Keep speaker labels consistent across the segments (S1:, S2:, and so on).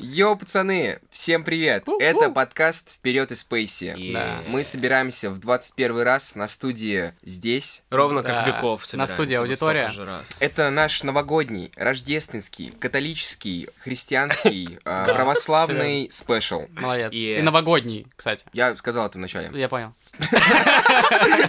S1: Йо, пацаны, всем привет!
S2: Пу-пу.
S1: Это подкаст «Вперед из Спейси».
S2: Да.
S1: Мы собираемся в 21 раз на студии здесь.
S3: Ровно
S2: Да.
S3: как веков
S2: На
S3: собираемся,
S2: студии
S3: вот
S2: аудитория.
S3: столько же раз.
S1: Это наш новогодний, рождественский, католический, христианский, а, православный спешл.
S2: Молодец.
S3: Yeah.
S2: И новогодний, кстати.
S1: Я сказал это вначале.
S2: Я понял.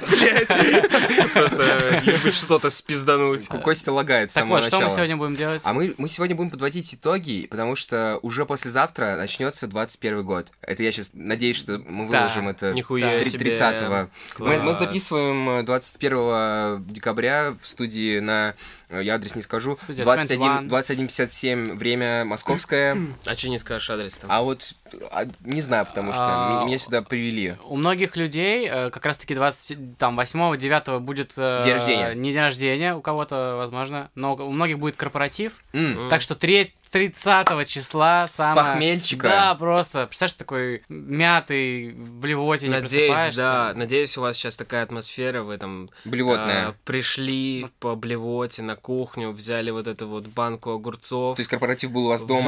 S3: Блядь. Просто э, лишь бы что-то спиздануть. а
S1: Костя лагает с
S2: Так
S1: самого
S2: вот, что мы
S1: начала.
S2: сегодня будем делать?
S1: А мы, мы сегодня будем подводить итоги, потому что уже послезавтра начнется 21 год. Это я сейчас надеюсь, что мы
S2: Да.
S1: выложим это
S3: Нихуя
S2: Да.
S3: себе.
S1: 30-го. Мы, мы
S3: Класс.
S1: записываем э, 21 декабря в студии на... э, Я адрес не скажу.
S2: Студия
S1: 21
S2: 21.
S1: 21.57 время московское.
S3: А че не скажешь адрес там?
S1: А вот а, не знаю, потому что
S2: А,
S1: м- меня сюда привели.
S2: У многих людей э, как раз-таки 28-9 будет... э,
S1: День рождения.
S2: Не день рождения, у кого-то, возможно, но у многих будет корпоратив.
S1: М,
S2: Так что тре- 30 числа
S1: С
S2: самое...
S1: похмельчика.
S2: Да, просто. Представляешь, ты такой мятый, в блевоте не
S3: Надеюсь,
S2: просыпаешься.
S3: да. Надеюсь, у вас сейчас такая атмосфера, вы там
S1: Блевотная.
S3: а, пришли по блевоте на кухню, взяли вот эту вот банку огурцов,
S1: То есть корпоратив был у вас дома.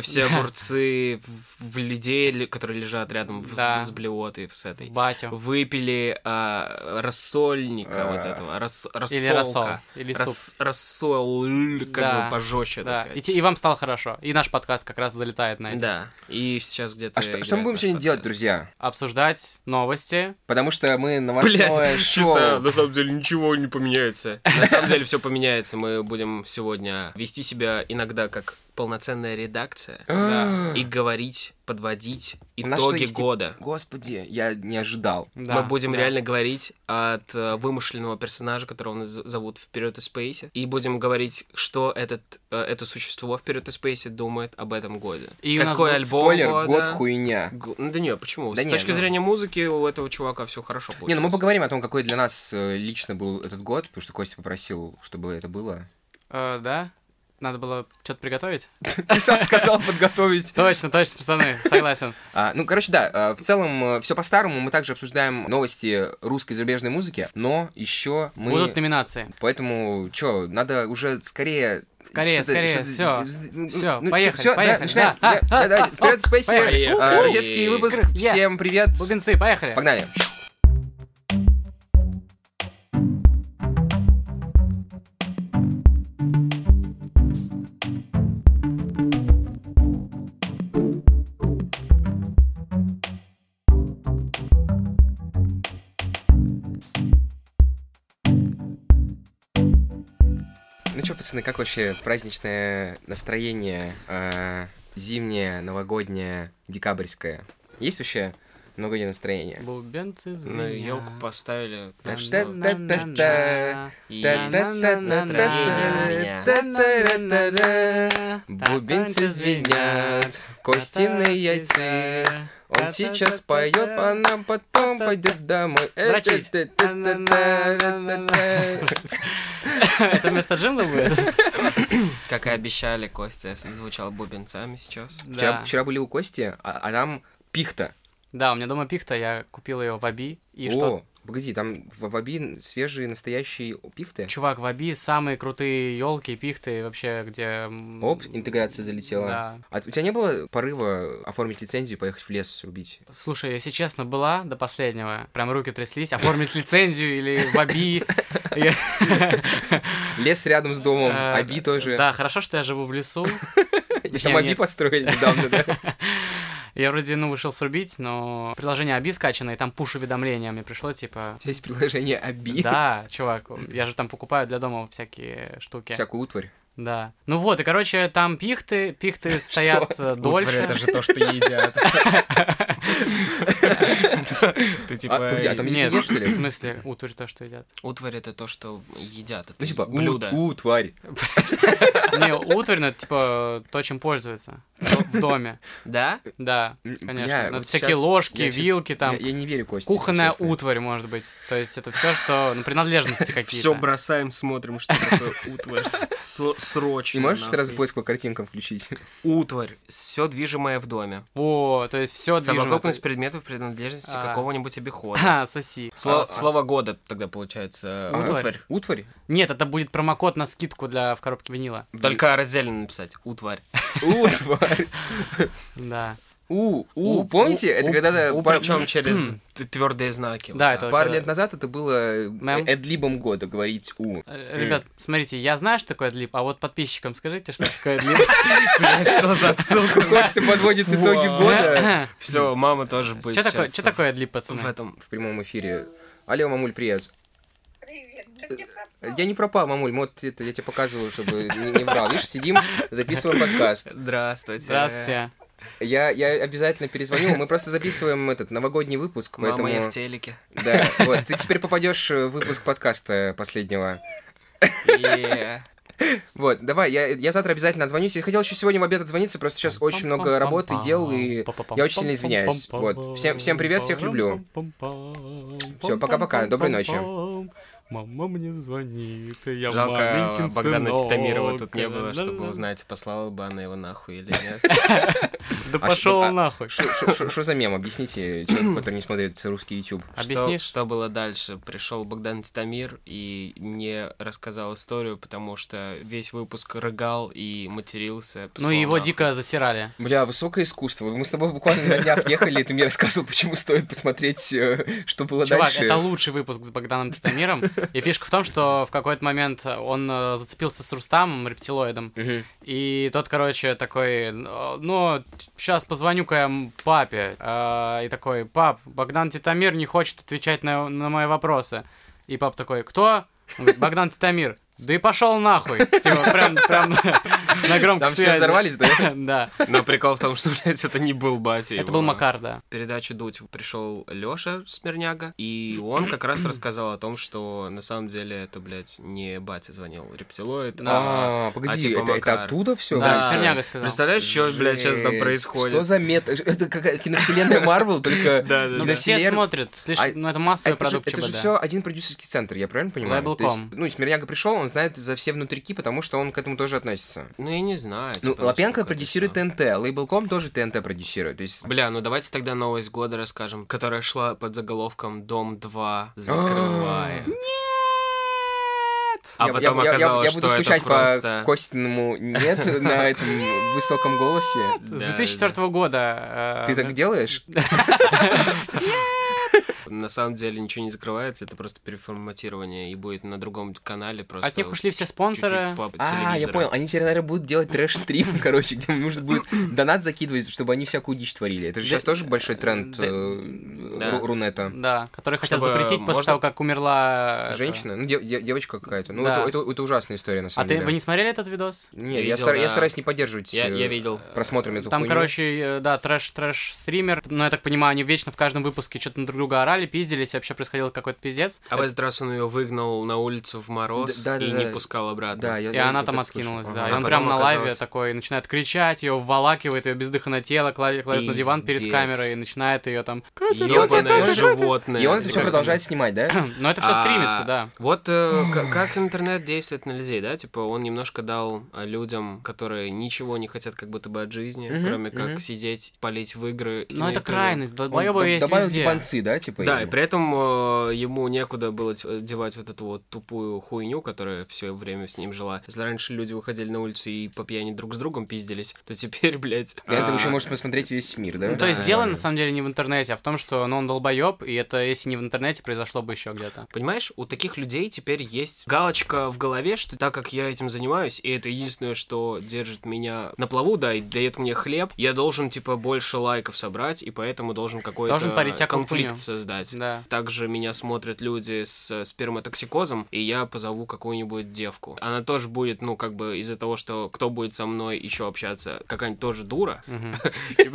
S3: все огурцы в, в людей, ли- которые лежат рядом в-
S2: Да.
S3: с блевотой, с этой.
S2: Батю.
S3: Выпили а, рассольника
S1: А.
S3: вот этого, рас,
S2: Или
S3: рассолка.
S2: рассол. Или суп.
S3: Рас- рассол, как
S2: Да.
S3: бы пожестче, так
S2: Да, и,
S3: сказать.
S2: те- и вам стало хорошо. И наш подкаст как раз залетает на это.
S3: Да. И сейчас где-то.
S1: А что, что мы
S3: играет
S1: будем
S3: наш
S1: сегодня делать,
S3: подкаст.
S1: друзья?
S2: Обсуждать новости.
S1: Потому что мы новостное
S3: Блять, чисто
S1: шоу.
S3: на самом деле ничего не поменяется. На самом деле все поменяется. Мы будем сегодня вести себя иногда как полноценная редакция
S2: Да.
S3: и говорить, подводить
S1: У нас что,
S3: итоги
S1: есть и-
S3: года.
S1: Господи, я не ожидал.
S2: Да,
S3: Мы будем
S2: да.
S3: реально говорить от э, вымышленного персонажа, которого нас з- зовут Вперед из Спейси, и будем говорить, что этот, э, это существо Вперед из Спейси думает об этом годе.
S2: И у нас
S3: Какой
S2: будет
S3: альбом
S1: Спойлер,
S3: года.
S1: год хуйня.
S3: Г- Ну да не, почему?
S1: Да
S3: С
S1: не,
S3: точки
S1: ну-
S3: зрения музыки у этого чувака все хорошо
S1: Не,
S3: получилось.
S1: ну мы поговорим о том, какой для нас э, лично был этот год, потому что Костя попросил, чтобы это было.
S2: Э, да? Надо было что-то приготовить?
S1: Ты сам сказал подготовить.
S2: Точно, точно, пацаны, согласен.
S1: А, ну, короче, да, а, в целом все по-старому. Мы также обсуждаем новости русской зарубежной музыки, но еще мы...
S2: Будут номинации.
S1: Поэтому, чё, надо уже скорее...
S2: Скорее,
S1: что-то-
S2: скорее,
S1: что-то-
S2: всё.
S1: ну,
S2: Всё,
S1: ну,
S2: поехали,
S1: всё, да,
S2: поехали.
S1: начинаем.
S2: Да,
S1: Да,
S2: а,
S1: да,
S2: а,
S1: Вперед, Спейси,
S3: поехали.
S1: а, рождеский
S3: Ух,
S1: выпуск.
S2: искры, я.
S1: Всем привет.
S2: Бубенцы, поехали.
S1: Погнали. Ну что, пацаны, как вообще праздничное настроение э, зимнее, новогоднее, декабрьское? Есть вообще новогоднее настроение?
S2: Бубенцы,
S3: Ну,
S2: звенят.
S3: елку поставили.
S1: Так
S3: Так
S1: что-
S3: что...
S1: Та-та-та-та.
S3: И настроение у меня.
S1: Та-та-та-та-та. Бубенцы звенят, костяные яйца. Он сейчас а поет, по нам потом пойдет домой. Э,
S2: Дрочить. Это вместо джингла будет?
S3: Как и обещали, Костя с- звучал бубенцами сейчас.
S1: Вчера,
S2: Да.
S1: вчера были у Кости, а, а там пихта.
S2: Да, у меня дома пихта, я купил ее в Аби. И
S1: О,
S2: что?
S1: погоди, там в Ваби свежие настоящие пихты.
S2: Чувак, в Аби самые крутые елки, пихты вообще, где... м,
S1: Оп, интеграция залетела.
S2: Да.
S1: А у тебя не было порыва оформить лицензию и поехать в лес срубить?
S2: Слушай, если честно, была до последнего. Прям руки тряслись, оформить лицензию или в АБИ. Я-
S1: Лес рядом с домом,
S2: Э,
S1: Аби тоже.
S2: Да, хорошо, что я живу в лесу.
S1: И
S2: точнее,
S1: Там Аби
S2: нет.
S1: построили недавно, да?
S2: Я вроде, ну, вышел срубить, но приложение АБИ скачано, и там пуш-уведомления мне пришло, типа...
S1: У тебя есть приложение Аби.
S2: Да, чувак, я же там покупаю для дома всякие штуки.
S1: Всякую утварь.
S2: Да. Ну вот, и, короче, там пихты, пихты стоят э,
S3: Утварь,
S2: дольше.
S3: Это же то, что едят. Ты
S1: А, погоди, а там
S3: типа...
S1: не
S2: Нет,
S1: едят, что ли?
S2: в смысле, утварь то, что едят.
S3: Утварь это то, что едят. это
S1: Ну, типа,
S3: блюдо.
S1: у- утварь.
S2: Не, утварь, ну, это, типа, то, чем пользуется в доме.
S3: Да?
S2: Да,
S1: М,
S2: конечно.
S1: бля,
S2: Ну,
S1: вот
S2: всякие
S1: щас
S2: ложки,
S1: я честно-
S2: вилки там.
S1: Я я не верю, Костя. если
S2: Кухонная
S1: честно.
S2: утварь, может быть. То есть это все, что... Ну, принадлежности какие-то.
S3: Все бросаем, смотрим, что такое утварь. С- Срочно.
S1: Не можешь сразу
S3: нахуй.
S1: поиск по картинкам включить?
S3: Утварь. Все движимое в доме.
S2: О, то есть все движимо.
S3: Совокупность
S2: То-
S3: предметов, принадлежности
S2: А.
S3: какого-нибудь обихода.
S2: Ха, соси.
S3: Сло-
S1: А.
S3: Слово года тогда получается. э,
S2: Утварь.
S3: Утварь.
S1: Утварь?
S2: Нет, это будет промокод на скидку для в коробке винила.
S3: Только раздельно написать. Утварь.
S1: Утварь.
S2: Да.
S1: У, у, помните? Это когда-то пар-
S3: Причем через твердые знаки. вот
S2: Да,
S3: так.
S2: это
S1: пару
S2: когда-
S1: лет назад это было э,
S2: Мэм.
S1: эдлибом года говорить у.
S2: Э, Ребят, смотрите, я знаю, что такое длип, а вот подписчикам скажите, что такое
S3: Блядь, что за отсылка?
S1: Костя подводит итоги
S3: Вау.
S1: года
S2: длип.
S3: Все, мама тоже будет
S2: Что такое,
S3: сейчас
S2: что такое длип,
S3: В
S2: пацаны?
S3: этом.
S1: в прямом эфире. Алло, мамуль, привет. Э,
S4: Привет, да не пропал.
S1: Я не пропал, мамуль, вот это я тебе показываю, чтобы не, не врал. Видишь, сидим, записываем подкаст.
S3: Здравствуйте.
S2: Здравствуйте.
S1: Я, я обязательно перезвоню, мы просто записываем этот новогодний выпуск,
S3: Мама, я
S1: поэтому...
S3: в телеке.
S1: Да, вот, ты теперь попадешь в выпуск подкаста последнего.
S3: Е.
S1: Вот, давай, я, я завтра обязательно отзвонюсь. Я хотел еще сегодня в обед отзвониться, просто сейчас очень много работы, дел, и я очень сильно извиняюсь. Вот, всем, всем привет, всех люблю.
S5: Все,
S1: пока-пока, доброй ночи.
S5: Мама мне звонит, я
S3: Жалко,
S5: маленький
S3: Богдана
S5: сынок.
S3: Титамирова тут не было, чтобы
S5: Ла-ла-ла.
S3: узнать, послала бы она его нахуй или нет.
S1: А
S2: Да пошел
S1: что- а-
S2: он нахуй.
S1: Что за мем? Объясните человеку, который не смотрит русский YouTube.
S2: Объясни,
S3: Что, что было дальше? Пришел Богдан Титамир и не рассказал историю, потому что весь выпуск рыгал и матерился.
S2: Ну
S3: послал
S2: и его
S3: нахуй.
S2: дико засирали.
S1: Бля, высокое искусство. Мы с тобой буквально на днях ехали, и ты мне рассказывал, почему стоит посмотреть, э, что было
S2: Чувак,
S1: дальше.
S2: это лучший выпуск с Богданом Титамиром. И фишка в том, что в какой-то момент он э, зацепился с Рустамом, рептилоидом.
S1: Мгм.
S2: И тот, короче, такой, «Ну, ну, сейчас позвоню-ка я м- папе. А, И такой, пап, Богдан Титамир не хочет отвечать на, на мои вопросы. И пап такой, кто? Он говорит, Богдан Титамир. Да и пошел нахуй. Типа, прям, прям на громкой
S1: Там все
S2: связи.
S1: взорвались, да?
S2: Да.
S3: Но прикол в том, что, блядь, это не был батя.
S2: Это
S3: его.
S2: был Макар, да.
S3: В передачу Дудь пришел Лёша Смирняга, и он как раз рассказал о том, что на самом деле это, блядь, не батя звонил рептилоид, а...
S1: А, погодди,
S3: типа
S1: это, это
S3: Макар.
S1: оттуда все?
S2: Да,
S3: Да.
S2: Серняга сказал.
S3: Представляешь, что, блядь, сейчас там
S1: Жесть.
S3: происходит?
S1: Что за мет? Это какая киновселенная Марвел, только...
S3: Да, да,
S2: Ну,
S3: да.
S2: все
S1: Киновселен-
S2: смотрят, слишком,
S1: А-
S2: ну, это массовый
S1: Это же,
S2: продукт ЧБД.
S1: все один продюсерский центр, я правильно понимаю?
S2: Лейбл
S1: То есть,
S2: ком.
S1: ну, и Смирняга пришел, он знает за все внутрики, потому что он к этому тоже относится.
S3: Ну, я не знаю.
S1: Ну,
S3: типа,
S1: Лапенко
S3: насколько это
S1: продюсирует
S3: всё.
S1: ТНТ, Лейблком тоже ТНТ продюсирует. То есть,
S3: Бля, ну давайте тогда новость года расскажем, которая шла под заголовком «Дом 2 закрывает». А
S1: я-
S3: потом
S1: я, я- я
S3: оказалось,
S1: буду
S3: что это
S1: скучать
S3: просто...
S1: по Костиному «нет» на этом высоком голосе.
S2: С
S3: Да,
S2: 2004 года. э,
S1: Ты так делаешь?
S3: На самом деле ничего не закрывается, это просто переформатирование, и будет на другом канале просто...
S2: От них ушли все
S3: чуть-чуть
S2: спонсоры.
S3: по
S1: А, я
S3: телевизору.
S1: понял. Они теперь, наверное, будут делать трэш-стрим, короче, где нужно будет донат закидывать, чтобы они всякую дичь творили. Это же
S2: Да-
S1: сейчас тоже большой тренд
S2: да-
S1: э, Ру-
S3: да.
S1: Рунета.
S2: Да, которые хотят
S3: Чтобы
S2: запретить после
S3: можно-
S2: того, как умерла... э, эта-
S1: Женщина? Ну, дев- дев- девочка какая-то. Ну,
S2: Да.
S1: это- это это ужасная история, на
S2: А
S1: самом
S2: ты, вы
S1: деле.
S2: не смотрели этот видос?
S1: Не, я,
S3: Видел,
S1: стар- я
S3: да.
S1: стараюсь не поддерживать
S3: Я, я
S1: э,
S3: видел.
S1: просмотрами эту
S2: Там,
S1: хуйню.
S2: короче, э, да, трэш-трэш-стример, но я так понимаю, они вечно в каждом выпуске что-то на друг друга орали, пиздились, и вообще происходил какой-то пиздец.
S3: А в этот раз он ее выгнал на улицу в мороз
S1: Э, Да- да-
S3: и
S1: да-
S3: не
S1: да.
S3: пускал обратно.
S1: Да, я-
S2: И
S1: я-
S2: она
S1: я
S2: там
S1: так слышал.
S2: откинулась,
S1: Ага.
S2: да. И
S3: А
S2: он
S3: потом
S2: прям на лайве
S3: оказалось-
S2: такой начинает кричать, ее вволакивает, ее бездыханное тело, кладет, кладет на диван перед
S3: Пиздец.
S2: камерой и начинает ее там... «Катя,
S1: Ёбаная
S2: Катя, Катя,
S3: Ёбаное
S2: Катя».
S3: животное.
S1: И он это все
S3: Как-
S1: продолжает снимать, да?
S2: Но это все
S3: А,
S2: стримится, да.
S3: Вот э, к- как интернет действует на людей, да? Типа он немножко дал э, людям, которые ничего не хотят как будто бы от жизни,
S1: Мгм,
S3: кроме как
S1: мгм.
S3: сидеть, палить в игры.
S2: Но
S3: на
S2: это
S3: Ютубе.
S2: крайность,
S1: Он
S2: долбоёбы
S1: д-
S2: есть
S1: добавил
S2: везде.
S1: ебанцы, да, типа?
S3: Да, и
S1: ему?
S3: при этом э, ему некуда было т- девать вот эту вот тупую хуйню, которая все время с ним жила. Если раньше люди выходили на улицу и по пьяни друг с другом пиздились, то теперь, блядь...
S1: Для этого
S3: а,
S1: еще можно посмотреть весь мир, да?
S2: Ну, то есть
S1: Да.
S2: дело на самом деле не в интернете, а в том, что ну, он долбоеб, и это если не в интернете, произошло бы еще где-то.
S3: Понимаешь, у таких людей теперь есть галочка в голове, что так как я этим занимаюсь, и это единственное, что держит меня на плаву, да, и дает мне хлеб, я должен, типа, больше лайков собрать, и поэтому должен какой-то
S2: Должен творить всякую
S3: конфликт
S2: хуйню.
S3: создать.
S2: Да.
S3: Также меня смотрят люди с э, сперматоксикозом, и я позову какую-нибудь девку. Она тоже будет, ну, как бы из-за того, что кто будет со мной еще общаться, какая-нибудь тоже дура,
S2: Мгм.
S3: и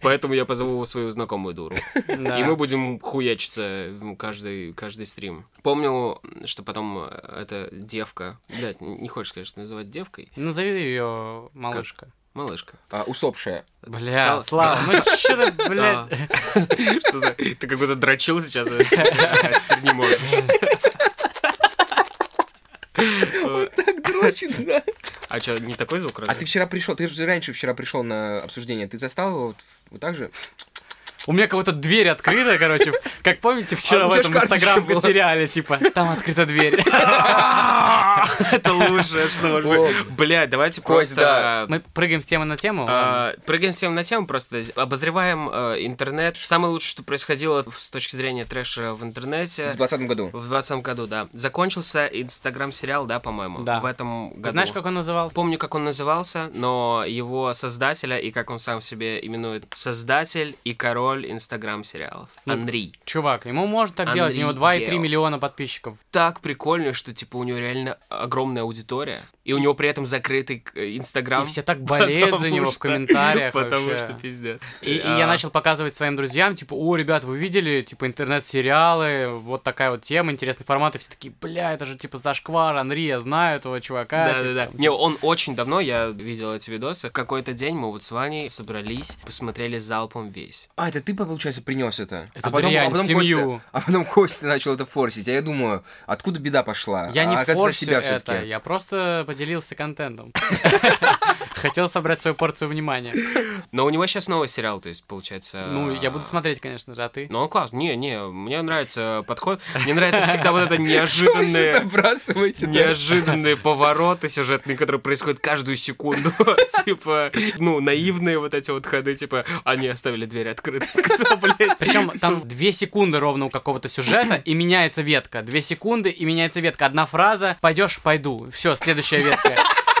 S3: поэтому я позову свою знакомую дуру.
S2: Да.
S3: И мы будем хуячиться м, каждый, каждый стрим. Помню, что потом э, эта девка... Блядь, н- не хочешь, конечно, называть девкой.
S2: Назови ее малышка.
S3: Малышка.
S1: А, усопшая.
S2: Бля,
S3: Стала-
S2: Слава, ну что ты,
S3: стала-
S2: блядь?
S3: Что за... Ты как будто дрочил сейчас, а теперь не можешь.
S1: Так дрочит, да.
S3: А что, не такой звук
S1: А
S3: разве?
S1: ты вчера пришел, ты же раньше вчера пришел на обсуждение, ты застал его вот, в- вот так же?
S2: У меня кого-то дверь открыта, короче. Как помните, вчера
S1: А у
S2: в
S1: меня ж
S2: этом
S1: карточка
S2: инстаграм-сериале, типа, там открыта дверь.
S3: Это лучшее, что может быть. Блядь, А! давайте
S1: Кость,
S3: просто...
S2: Мы прыгаем с темы на тему. ладно?
S3: а, Прыгаем с тем на тему, просто обозреваем а, интернет. Самое лучшее, что происходило в- с точки зрения трэша в интернете
S1: В 20 году.
S3: в 2020 году, да. Закончился инстаграм-сериал, да, по-моему?
S2: Да.
S3: В этом году.
S2: Ты Знаешь, как он назывался?
S3: Помню, как он назывался, но его создателя и как он сам себе именует создатель и король инстаграм-сериалов.
S2: Ну,
S3: Андрей.
S2: Чувак, ему можно так делать, у него
S3: Андрей
S2: 2,3
S3: Гео.
S2: миллиона подписчиков.
S3: Так прикольно, что типа у него реально огромная аудитория, и у него при этом закрытый к- э, инстаграм.
S2: И все так болеют за
S3: Потому
S2: него в
S3: что-
S2: комментариях
S3: Потому
S2: вообще.
S3: что пиздец.
S2: И, и
S3: А,
S2: я начал показывать своим друзьям, типа, о, ребят, вы видели, типа, интернет-сериалы, вот такая вот тема, интересный формат, и все такие, бля, это же, типа, зашквар, Анри, я знаю этого чувака.
S3: Да,
S2: типа,
S3: да, да.
S2: там,
S3: Не, он очень давно, я видел эти видосы. Какой-то день мы вот с Ваней собрались, посмотрели залпом весь.
S1: А, это ты, получается, принес это.
S2: Эту
S1: а потом,
S2: дрянь
S1: а потом
S2: в семью.
S1: Костя, а потом Костя начал это форсить. А я думаю, откуда беда пошла?
S2: Я
S1: а,
S2: не
S1: оказывается,
S2: форсю
S1: себя
S2: это,
S1: все-таки.
S2: я просто поделился контентом. Хотел собрать свою порцию внимания.
S3: Но у него сейчас новый сериал, то есть, получается...
S2: Ну, я буду
S3: а,
S2: смотреть, конечно же, а ты?
S3: Ну, он класс. Не, не, мне нравится подход. Мне нравится всегда вот это
S1: Вы сейчас
S3: неожиданное...
S1: набрасываете, да?
S3: Неожиданные повороты сюжетные, которые происходят каждую секунду. Типа, ну, наивные вот эти вот ходы, типа, они оставили дверь открытой. Кто, блядь?
S2: Причем там две секунды ровно у какого-то сюжета, и меняется ветка. Две секунды, и меняется ветка. Одна фраза «пойдешь, пойду». Все, следующая ветка.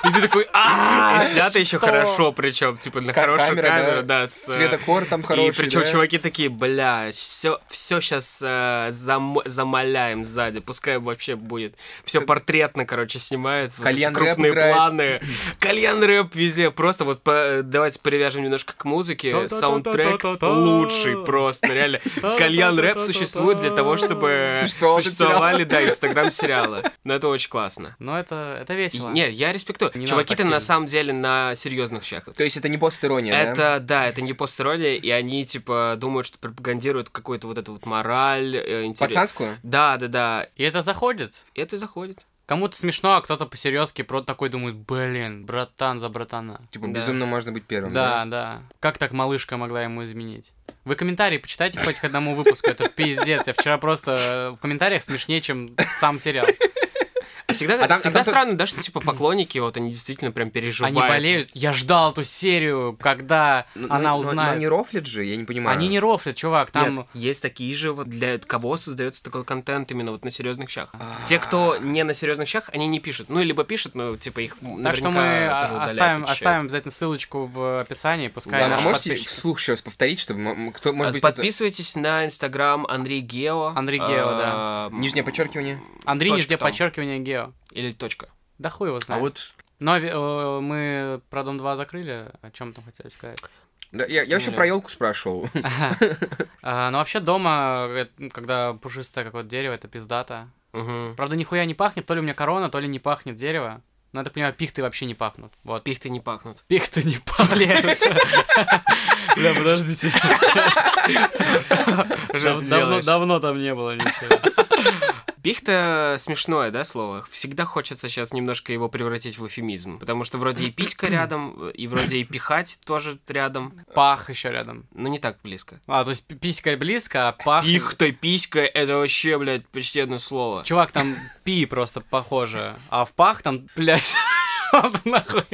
S2: И ты такой а
S3: И снято еще
S2: что?
S3: хорошо, причем, типа, на
S1: Ка-
S3: хорошую
S1: камера,
S3: камеру,
S1: да.
S3: да. с, э,
S1: Светокор там хороший,
S3: И причем
S1: да?
S3: чуваки такие, бля, все, все сейчас э, замаляем сзади, пускай вообще будет. Все портретно, короче, снимают. вот эти
S1: Кальян рэп
S3: крупные
S1: играет.
S3: планы. Кальян рэп везде. Просто вот по- э, давайте привяжем немножко к музыке. Саундтрек лучший просто, реально. Кальян рэп существует для того, чтобы
S1: Существовал этот
S3: существовали, да, инстаграм-сериалы. Но это очень классно.
S2: Ну, это, это
S3: И-
S2: весело.
S3: Не, я респектую.
S2: Не надо
S3: Чуваки-то
S2: так
S3: на
S2: сильно.
S3: самом деле на серьезных щах.
S1: То есть это не постерония, да?
S3: Это, да, это не постерония, и они, типа, думают, что пропагандируют какую-то вот эту вот мораль, э, интерес.
S1: Пацанскую?
S3: Да, да, да.
S2: И это заходит.
S3: И Это заходит.
S2: Кому-то смешно, а кто-то по-серьезки про такой думает, блин, братан за братана.
S1: Типа,
S3: Да.
S1: безумно можно быть первым,
S2: Да, да. Как так малышка могла ему изменить? Вы комментарии почитайте хоть к одному выпуску, это пиздец. Я вчера просто э, в комментариях смешнее, чем сам сериал.
S3: А всегда,
S1: А там-
S3: всегда
S1: а там-
S3: странно, да, что, типа, поклонники, вот они действительно прям переживают.
S2: Они болеют. Я ждал эту серию, когда
S1: Ну, но-
S2: она
S1: но- Но,
S2: узнает.
S1: не рофлит же, я не понимаю.
S2: Они не рофлят, чувак, там...
S3: Нет, есть такие же, вот для кого создается такой контент именно вот на серьезных щах.
S1: А.
S3: Те, кто не на серьезных щах, они не пишут. Ну, либо пишут, но, типа, их
S2: Так что мы о- оставим, оставим обязательно ссылочку в описании, пускай
S1: Да, а
S2: наши
S1: можете
S2: подписчики-
S1: вслух сейчас повторить, чтобы м- м- кто, может быть, это-
S3: А Подписывайтесь на инстаграм Андрей Гео. А,
S2: Андрей Гео,
S3: да.
S1: Нижнее подчеркивание.
S2: Андрей,
S3: точка
S2: нигде
S3: там.
S2: подчеркивание Гео.
S3: Или точка.
S2: Да хуй его знает.
S1: А вот
S2: Но ви- э, мы про Дом 2 закрыли, о чем там хотели сказать.
S1: да, я, я вообще
S3: Или-
S1: про елку спрашивал.
S2: А, ну вообще дома, э, когда пушистое какое-то дерево, это пиздато.
S3: Мгм.
S2: Правда, нихуя не пахнет, то ли у меня корона, то ли не пахнет дерево. Но я так понимаю, пихты вообще не пахнут. Вот.
S3: Пихты не пахнут.
S2: Пихты не пахнет. Да, подождите.
S3: Жень, ты
S2: Дав- давно-
S3: делаешь.
S2: Давно там не было ничего.
S3: Пихта смешное, да, слово? Всегда хочется сейчас немножко его превратить в эфемизм. Потому что вроде и писька рядом, э, и вроде и пихать тоже рядом,
S2: Пах еще рядом.
S3: но не так близко.
S2: А, то есть пи- писька близко, а пах...
S3: Пихта, писька, это вообще, блядь, почти одно слово.
S2: Чувак, там пи просто похоже. А в пах там, блядь... Вот нахуй.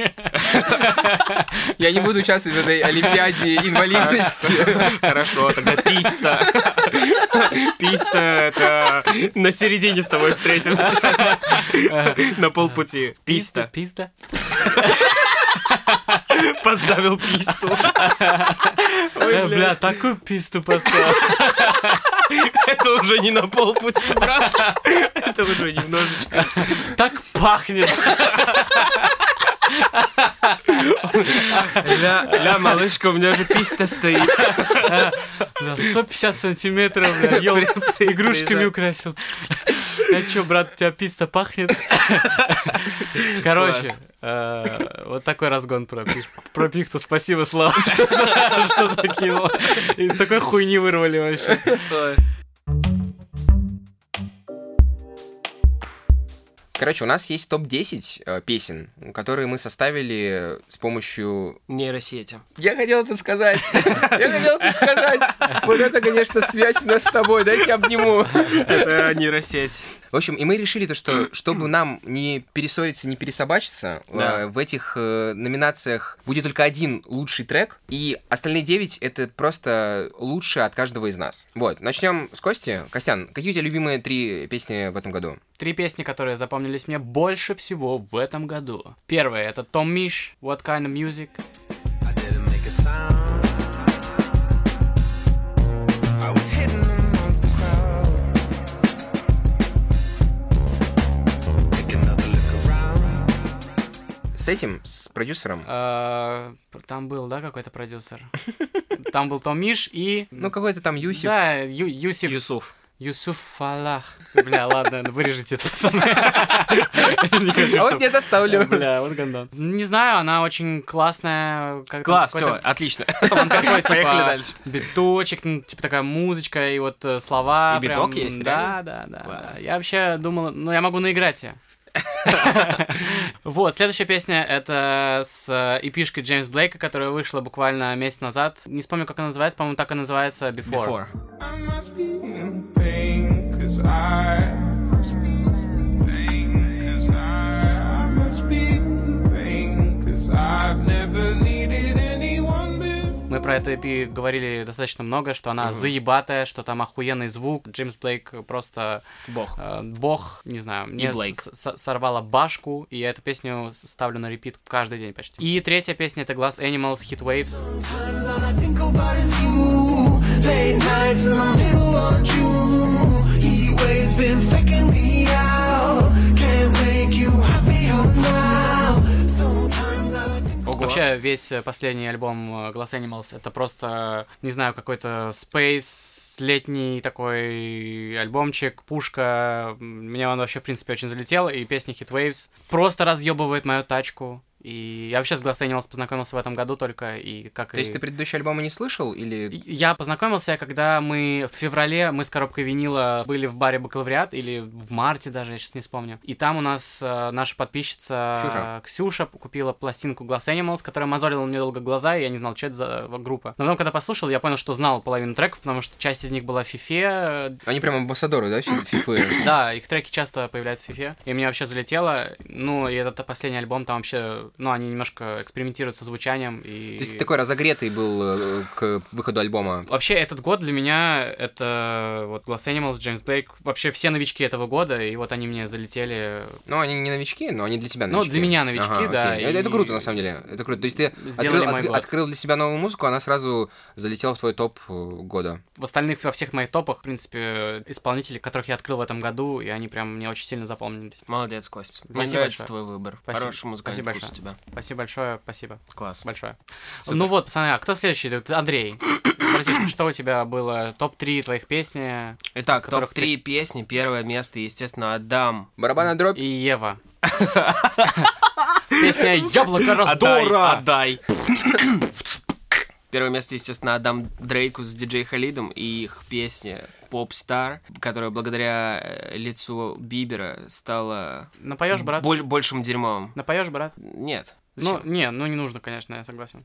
S1: Я не буду участвовать в этой олимпиаде инвалидности.
S3: Хорошо, тогда писта. Писта, это на середине с тобой встретимся. На полпути. Писта.
S2: Писта.
S3: Поздавил писту.
S2: Э, Бля, такую писту поставил.
S3: Это уже не на полпути, брат. Это уже немножечко.
S2: Так пахнет.
S3: Ля, ля, А малышка, у меня же писта стоит.
S2: Э, Да, 150 сантиметров, бля, ёл, игрушками
S3: приезжай.
S2: украсил. А чё, брат, у тебя писта пахнет? Короче, э, вот такой разгон про пих- про пихту. Спасибо, Слава, что за- что закинул. Из такой хуйни вырвали вообще.
S1: Короче, у нас есть топ-10 э, песен, которые мы составили с помощью...
S3: Нейросети.
S1: Я хотел это сказать! Я хотел это сказать! Вот это, конечно, связь у нас с тобой, дайте обниму.
S3: Это нейросеть.
S1: В общем, и мы решили то, что чтобы нам не перессориться, не пересобачиться,
S3: Да.
S1: э, в этих э, номинациях будет только один лучший трек, и остальные девять это просто лучше от каждого из нас. Вот, начнем с Кости. Костян, какие у тебя любимые три песни в этом году?
S2: Три песни, которые запомнились мне больше всего в этом году. Первая это Том Миш, What Kind of Music.
S6: I didn't make a sound. I was hidden amongst the crowd. Take another look around.
S1: С этим, с продюсером?
S2: Э, Там был, да, какой-то продюсер? Там был Том Миш и...
S1: Ну, какой-то там Юсиф.
S2: Да, Ю- Юсиф.
S3: Юсуф.
S2: Юсуф Фалах. Бля, ладно, вырежете это, пацаны. Не хочу,
S1: А
S2: чтоб-
S1: вот нет, оставлю.
S2: Бля, вот гандон. Не знаю, она очень классная. как-
S3: Класс, все,
S2: какой-то-
S3: отлично.
S2: Он такой,
S3: Поехали
S2: типа,
S3: дальше.
S2: биточек, ну, типа такая музычка и вот э, слова.
S3: И
S2: прям,
S3: биток есть,
S2: Да,
S3: реально?
S2: да, да, да.
S3: Класс.
S2: Я вообще думал, ну я могу наиграть ее. Вот, следующая песня это с э, эпишкой Джеймс Блейка, которая вышла буквально месяц назад. Не вспомню, как она называется, по-моему, так и называется Before.
S3: Before.
S6: I must be in pain, cause I must be in pain, cause I, I must be in pain, cause I've never needed anyone before.
S2: Мы про эту EP говорили достаточно много, что она заебатая, что там охуенный звук. Джеймс Блейк просто
S3: Бог.
S2: э, бог, не знаю, мне
S3: Блейк.
S2: с- с- сорвала башку, и я эту песню с- ставлю на репит каждый день почти. И третья песня это Glass Animals Hit Waves.
S6: Times all I think about is you. Late nights in the middle of June. He waves been faking me out. Can't make you happier now. Sometimes all I think
S2: Вообще весь э, последний альбом э, Glass Animals это просто, не знаю, какой-то спейс, летний такой альбомчик, пушка. М, Мне он вообще, в принципе, очень залетел, и песня Hit Waves просто разъебывает мою тачку. И я вообще с Glass Animals познакомился в этом году только, и как
S1: То
S2: и...
S1: есть ты предыдущие альбомы не слышал или...
S2: Я познакомился, когда мы в феврале, мы с коробкой винила были в баре Бакалавриат, или в марте даже, я сейчас не вспомню. И там у нас э, наша подписчица
S1: Ксюша.
S2: э, Ксюша купила пластинку Glass Animals, которая мозолила мне долго глаза, и я не знал, что это за э, группа. Но потом, когда послушал, я понял, что знал половину треков, потому что часть из них была в фифе,
S1: Они прям амбассадоры, да, фи- фифы?
S2: да, их треки часто появляются в фифе, и мне вообще залетело. Ну, и этот последний альбом, там вообще, ну, они немножко экспериментируют со звучанием, и...
S1: То есть ты такой разогретый был э, к выходу альбома.
S2: Вообще, этот год для меня это вот Glass Animals, Джеймс Блейк, вообще все новички этого года, и вот они мне залетели.
S1: Ну, они не новички, но они для тебя
S2: Ну,
S1: новички.
S2: для меня новички,
S1: Ага,
S2: да,
S1: окей. Это, это
S2: и-
S1: круто, на самом деле. Это круто. То есть ты
S2: Сделали
S1: открыл,
S2: мой
S1: отк-
S2: год.
S1: открыл для себя новую музыку, она сразу залетела в твой топ э, года.
S2: В остальных, во всех моих топах, в принципе, исполнители, которых я открыл в этом году, и они прям мне очень сильно запомнились.
S3: Молодец, Кость. Мне
S2: Спасибо
S3: нравится
S2: большое.
S3: твой выбор.
S2: Спасибо.
S3: Хороший музыкальный
S2: Спасибо
S3: вкус у тебя.
S2: Спасибо большое, спасибо
S3: Класс.
S2: большое.
S3: Супер.
S2: Ну вот, пацаны, а кто следующий? Это Андрей. Братишка, что у тебя было? Топ-3 твоих песни
S3: Итак,
S2: которых
S3: топ-3 песни. Первое место, естественно, отдам.
S1: Барабанная дробь.
S2: и Ева. Песня «Яблоко А, раздора».
S3: Отдай, отдай. Первое место, естественно, отдам Дрейку с диджей Халидом и их песня «Попстар», которая благодаря э, лицу Бибера стала
S2: Напоешь, брат?
S3: боль- большим дерьмом.
S2: Напоешь, брат?
S3: Нет.
S2: Ну,
S3: Зачем?
S2: не, ну не нужно, конечно, я согласен.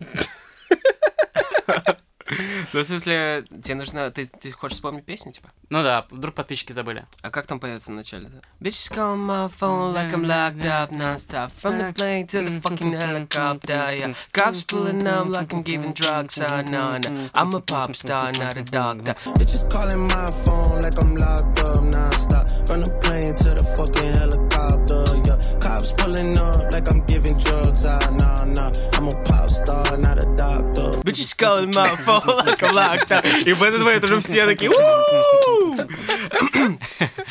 S3: Ну, в смысле, тебе нужно... Ты, ты хочешь вспомнить песню, типа?
S2: Ну да, вдруг подписчики забыли.
S3: А как там поется в начале? Bitches call my phone like I'm locked up non-stop From the plane to the fucking helicopter, yeah Cops pulling up like I'm giving drugs, I know no. I'm a pop star, not a doctor
S6: Bitches calling my phone like I'm locked up non-stop. From the plane to the fucking helicopter, yeah. Cops pulling up like I'm giving drugs. Ah, nah, nah. I'm a pop star, not a doctor.
S3: Bitches calling my phone like I'm locked up И в этот момент уже все такие «Уу!»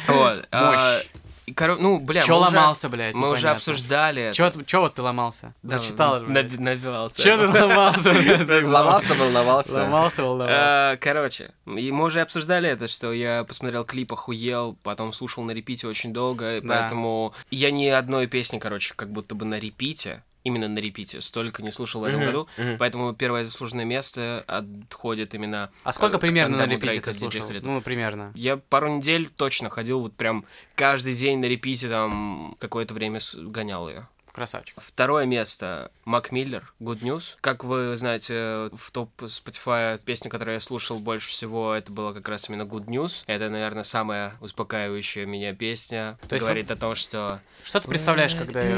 S3: Вот. а, и, коро- Ну, бля,
S2: Чё
S3: мы уже-
S2: ломался, блядь,
S3: Мы уже
S2: непонятно.
S3: обсуждали это.
S2: Чё, ты- чё вот ты ломался? Зачитал.
S3: Наби-
S2: блядь.
S3: Набивался.
S2: Чё ты ломался? блядь?
S1: Ломался, волновался.
S2: Ломался, волновался.
S3: Э, Короче, и мы уже обсуждали это, что я посмотрел клип, охуел, потом слушал на репите очень долго, и
S2: Да.
S3: поэтому я ни одной песни, короче, как будто бы на репите именно на репите. Столько не слушал в этом году, поэтому первое заслуженное место отходит именно...
S2: А сколько
S3: э, к
S2: примерно на
S3: тандему
S2: репите
S3: Дрейка
S2: ты
S3: с диджей
S2: слушал?
S3: Халидом.
S2: Ну, примерно.
S3: Я пару недель точно ходил, вот прям каждый день на репите там какое-то время с- гонял ее.
S2: Красавчик.
S3: Второе место Мак Миллер, Good News. Как вы знаете, в топ Spotify песня, которую я слушал больше всего, это была как раз именно Good News. Это, наверное, самая успокаивающая меня песня.
S2: То есть
S3: Говорит о том, что
S2: Что ты представляешь, когда я...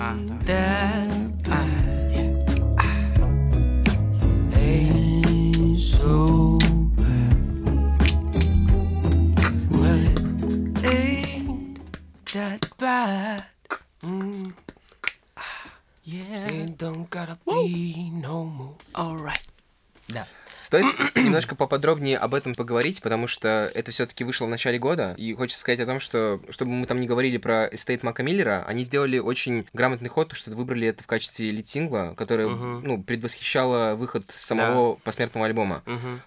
S2: А, да.
S1: Э,
S3: It don't gotta be no more.
S1: Стоит немножко поподробнее об этом поговорить, потому что это все-таки вышло в начале года. И хочется сказать о том, что, чтобы мы там не говорили про эстейт Мака Миллера, они сделали очень грамотный ход, что выбрали это в качестве лид-сингла, который, ну, предвосхищало выход самого посмертного альбома.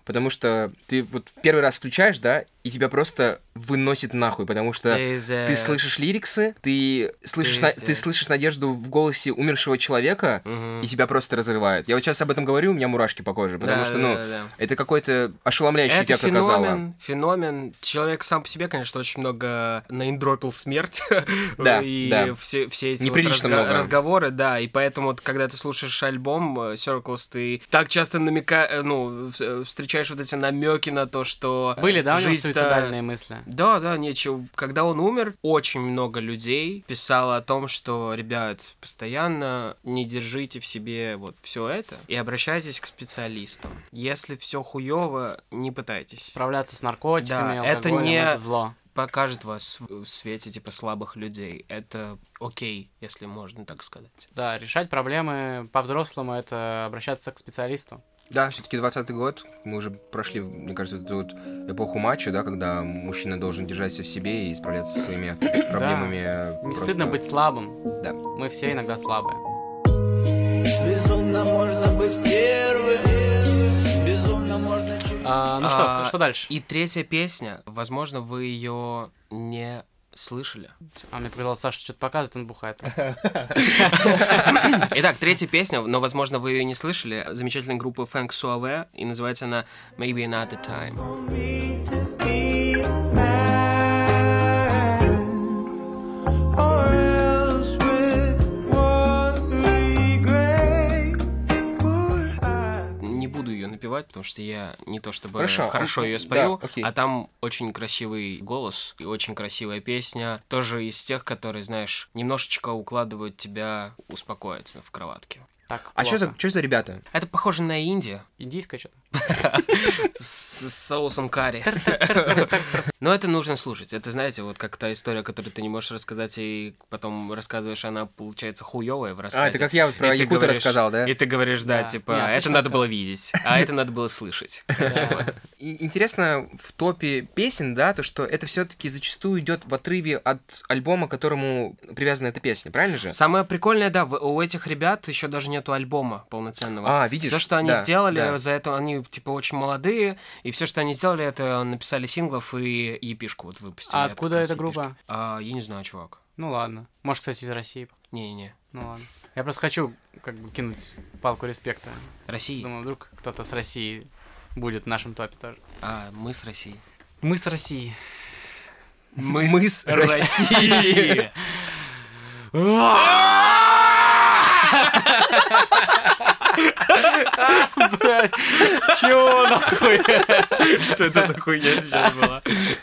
S1: Потому что ты вот первый раз включаешь, да, и тебя просто выносит нахуй, потому что
S2: э,
S3: Is
S1: ты
S3: it-
S1: слышишь лириксы, ты слышишь, на- ты
S3: Э, Пиздец.
S1: слышишь надежду в голосе умершего человека, и тебя просто разрывает. Я вот сейчас об этом говорю, у меня мурашки по коже, потому
S3: Да,
S1: что,
S3: да,
S1: ну,
S3: да, да.
S1: это какой-то ошеломляющий
S3: Это
S1: эффект оказало.
S3: феномен, феномен. Человек сам по себе, конечно, очень много наиндропил смерть.
S1: Да,
S3: и
S1: да.
S3: Все, все эти вот
S1: Неприлично
S3: разга-
S1: много.
S3: разговоры, да. И поэтому, вот, когда ты слушаешь альбом э, Circles, ты так часто намека... э, ну, в- э, встречаешь вот эти намеки на то, что... э,
S2: Были, да, у него
S3: жизнь-то-
S2: суицидальные мысли?
S3: Да, да, нечего. Когда он умер, очень много людей писало о том, что, ребят, постоянно не держите в себе вот все это и обращайтесь к специалистам. Если все хуево, не пытайтесь.
S2: Справляться с наркотиками,
S3: Да, это
S2: алкоголем,
S3: не-
S2: это зло.
S3: Покажет вас в в свете типа слабых людей. Это окей, если можно так сказать.
S2: Да, решать проблемы по-взрослому — это обращаться к специалисту.
S1: Да, все-таки 20 год, мы уже прошли, мне кажется, эту вот эпоху матча, да, когда мужчина должен держать все в себе и справляться со своими проблемами.
S2: Не стыдно быть слабым.
S1: Да.
S2: Мы все иногда слабые.
S6: Безумно можно быть первым. Безумно можно через...
S2: А, ну что,
S3: А,
S2: кто- что дальше?
S3: И третья песня, возможно, вы ее не слышали.
S2: А мне показалось, Саша что-то показывает, он бухает.
S3: Итак, третья песня, но, возможно, вы ее не слышали, замечательная группа Funk Suave, и называется она Maybe Another Time.
S6: Be a man, or else with what regret would I
S3: Не буду ее напевать, потому что я не то чтобы
S1: Хорошо. а,
S3: хорошо, ее спою,
S1: Да, окей.
S3: а там очень красивый голос и очень красивая песня. Тоже из тех, которые, знаешь, немножечко укладывают тебя успокоиться в кроватке.
S2: Так,
S1: А что за,
S2: плохо.
S1: чё за ребята?
S3: Это похоже на Индия
S2: Индийское что-то?
S3: с, с соусом карри. Но это нужно слушать. Это, знаете, вот как та история, которую ты не можешь рассказать, и потом рассказываешь, она получается хуевая в рассказе.
S1: А, это как я вот про
S3: И ты
S1: Якута
S3: говоришь-
S1: рассказал, да?
S3: И ты говоришь, да,
S2: Да.
S3: типа,
S2: Не,
S3: это
S2: отлично
S3: надо было видеть, а это надо было слышать.
S1: И- Интересно в топе песен, да, то, что это все-таки зачастую идет в отрыве от альбома, к которому привязана эта песня, правильно же?
S3: Самое прикольное, да, в- у этих ребят еще даже нету альбома полноценного.
S1: А, видишь,
S3: Все, что они
S1: да,
S3: сделали,
S1: да.
S3: за это они типа очень молодые, и все, что они сделали, это написали синглов и епишку вот выпустили.
S2: А
S3: Это
S2: откуда
S3: как раз
S2: эта группа?
S3: EP-шки. А, я не знаю, чувак.
S2: Ну ладно. Может, кстати, из России.
S3: Не-не-не.
S2: Ну ладно. Я просто хочу как бы кинуть палку респекта.
S3: России.
S2: Думаю, вдруг кто-то с России будет в нашем топе тоже.
S3: А, мы с Россией.
S2: Мы с России.
S3: Мы,
S1: с
S3: Россией.
S2: Чего нахуй?
S3: Что это за хуйня сейчас была?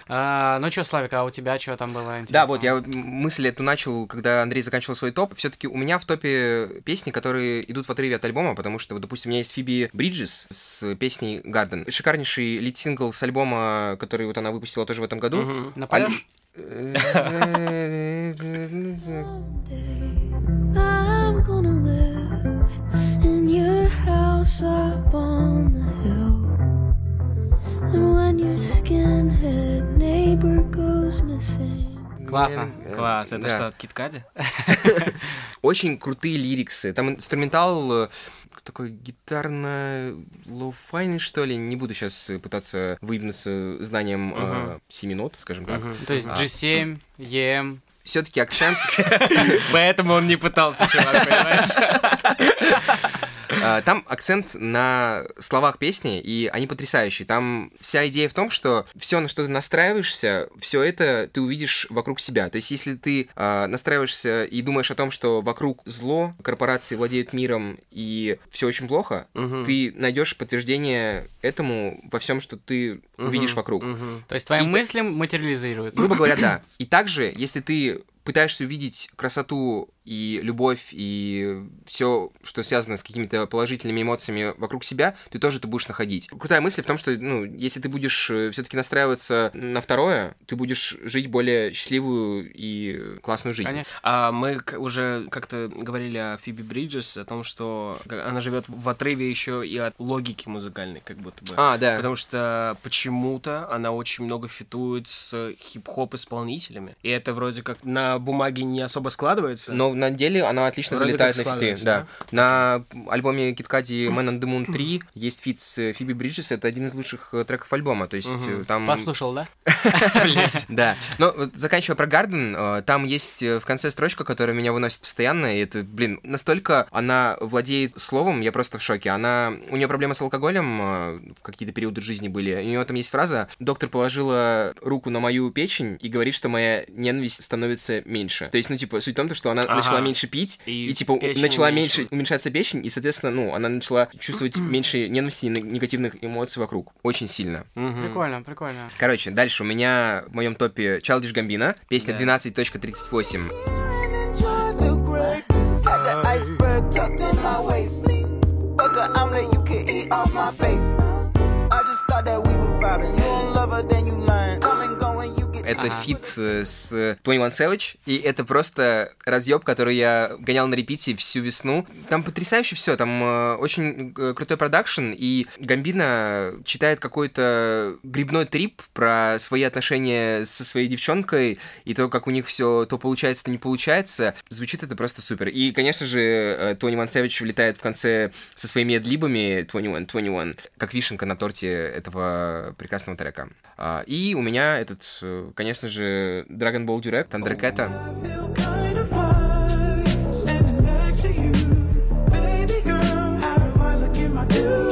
S2: А, Ну что, Славик, а у тебя что там было интересно?
S1: Да, вот я вот м- мысль эту начал, когда Андрей заканчивал свой топ. Все-таки у меня в топе песни, которые идут в отрыве от альбома, потому что, вот, допустим, у меня есть Фиби Бриджес с песней Garden. Шикарнейший лид-сингл с альбома, который вот она выпустила тоже в этом году.
S2: Напоешь?
S1: Аль-
S7: I'm gonna live in your house up on the hill. And when your skinhead neighbor goes missing.
S2: Классно.
S3: Класс, это
S1: Да.
S3: что, Киткади?
S1: Очень крутые лириксы. Там инструментал э, такой гитарно лоу-файный, что ли. Не буду сейчас пытаться выебнуться знанием э, семи нот, скажем так.
S2: E То есть G7, EM,
S1: все-таки акцент
S3: Поэтому он не пытался, чувак, понимаешь?
S1: А, Там акцент на словах песни, и они потрясающие. Там вся идея в том, что все, на что ты настраиваешься, все это ты увидишь вокруг себя. То есть, если ты а, настраиваешься и думаешь о том, что вокруг зло, корпорации владеют миром и все очень плохо, ты найдешь подтверждение этому во всем, что ты увидишь вокруг.
S2: То есть твои мысли материализируются.
S1: Грубо говоря, да. И также, если ты пытаешься увидеть красоту и любовь и все, что связано с какими-то положительными эмоциями вокруг себя, ты тоже это будешь находить. Крутая мысль в том, что, ну, если ты будешь все-таки настраиваться на второе, ты будешь жить более счастливую и классную жизнь.
S2: Конечно.
S3: А мы к- уже как-то говорили о Фиби Бриджес, о том, что она живет в отрыве еще и от логики музыкальной, как будто бы.
S1: А, да.
S3: Потому что почему-то она очень много фитует с хип-хоп исполнителями. И это вроде как на бумаге не особо складывается.
S1: Но на деле она отлично
S3: Вроде
S1: залетает
S3: как
S1: на фиты.
S3: складывается,
S1: Да. На альбоме Киткади Man on the Moon 3 есть фит с Фиби Бриджес. Это один из лучших э, треков альбома. То есть э, там...
S2: Послушал, да?
S1: Да. Но вот, заканчивая про Гарден, э, там есть э, в конце строчка, которая меня выносит постоянно, и это, блин, настолько она владеет словом, я просто в шоке. Она... У нее проблемы с алкоголем э, в какие-то периоды жизни были. У нее там есть фраза «Доктор положила руку на мою печень и говорит, что моя ненависть становится меньше». То есть, ну, типа, суть в том, то, что она
S3: Ага.
S1: начала меньше пить, и,
S3: И
S1: типа,
S3: печень
S1: начала
S3: уменьшила.
S1: меньше уменьшаться печень, и, соответственно, ну, она начала чувствовать меньше ненависти и негативных эмоций вокруг. Очень сильно.
S2: Прикольно, прикольно.
S1: Короче, дальше у меня в моем топе Childish Gambino, песня
S3: Да.
S1: 12.38.
S8: and enjoy the greatest. Got the iceberg tucked in my waist. Fuck a omelet, you can eat off my face. I just thought that we were vibing. You don't love her, then you lying. Come and go and you get.
S1: Это фит э, с э, 21 Savage, и это просто разъеб, который я гонял на репите всю весну. Там потрясающе все, там э, очень э, крутой продакшн, и Гамбина читает какой-то грибной трип про свои отношения со своей девчонкой, и то, как у них все то получается, то не получается. Звучит это просто супер. И, конечно же, э, 21 Savage влетает в конце со своими эдлибами 21, 21, как вишенка на торте этого прекрасного трека. А, И у меня этот, э, конечно же, Dragon Ball Durep, Thundercat.
S6: feel kind of fine standing next to you. Baby girl, how do I look in my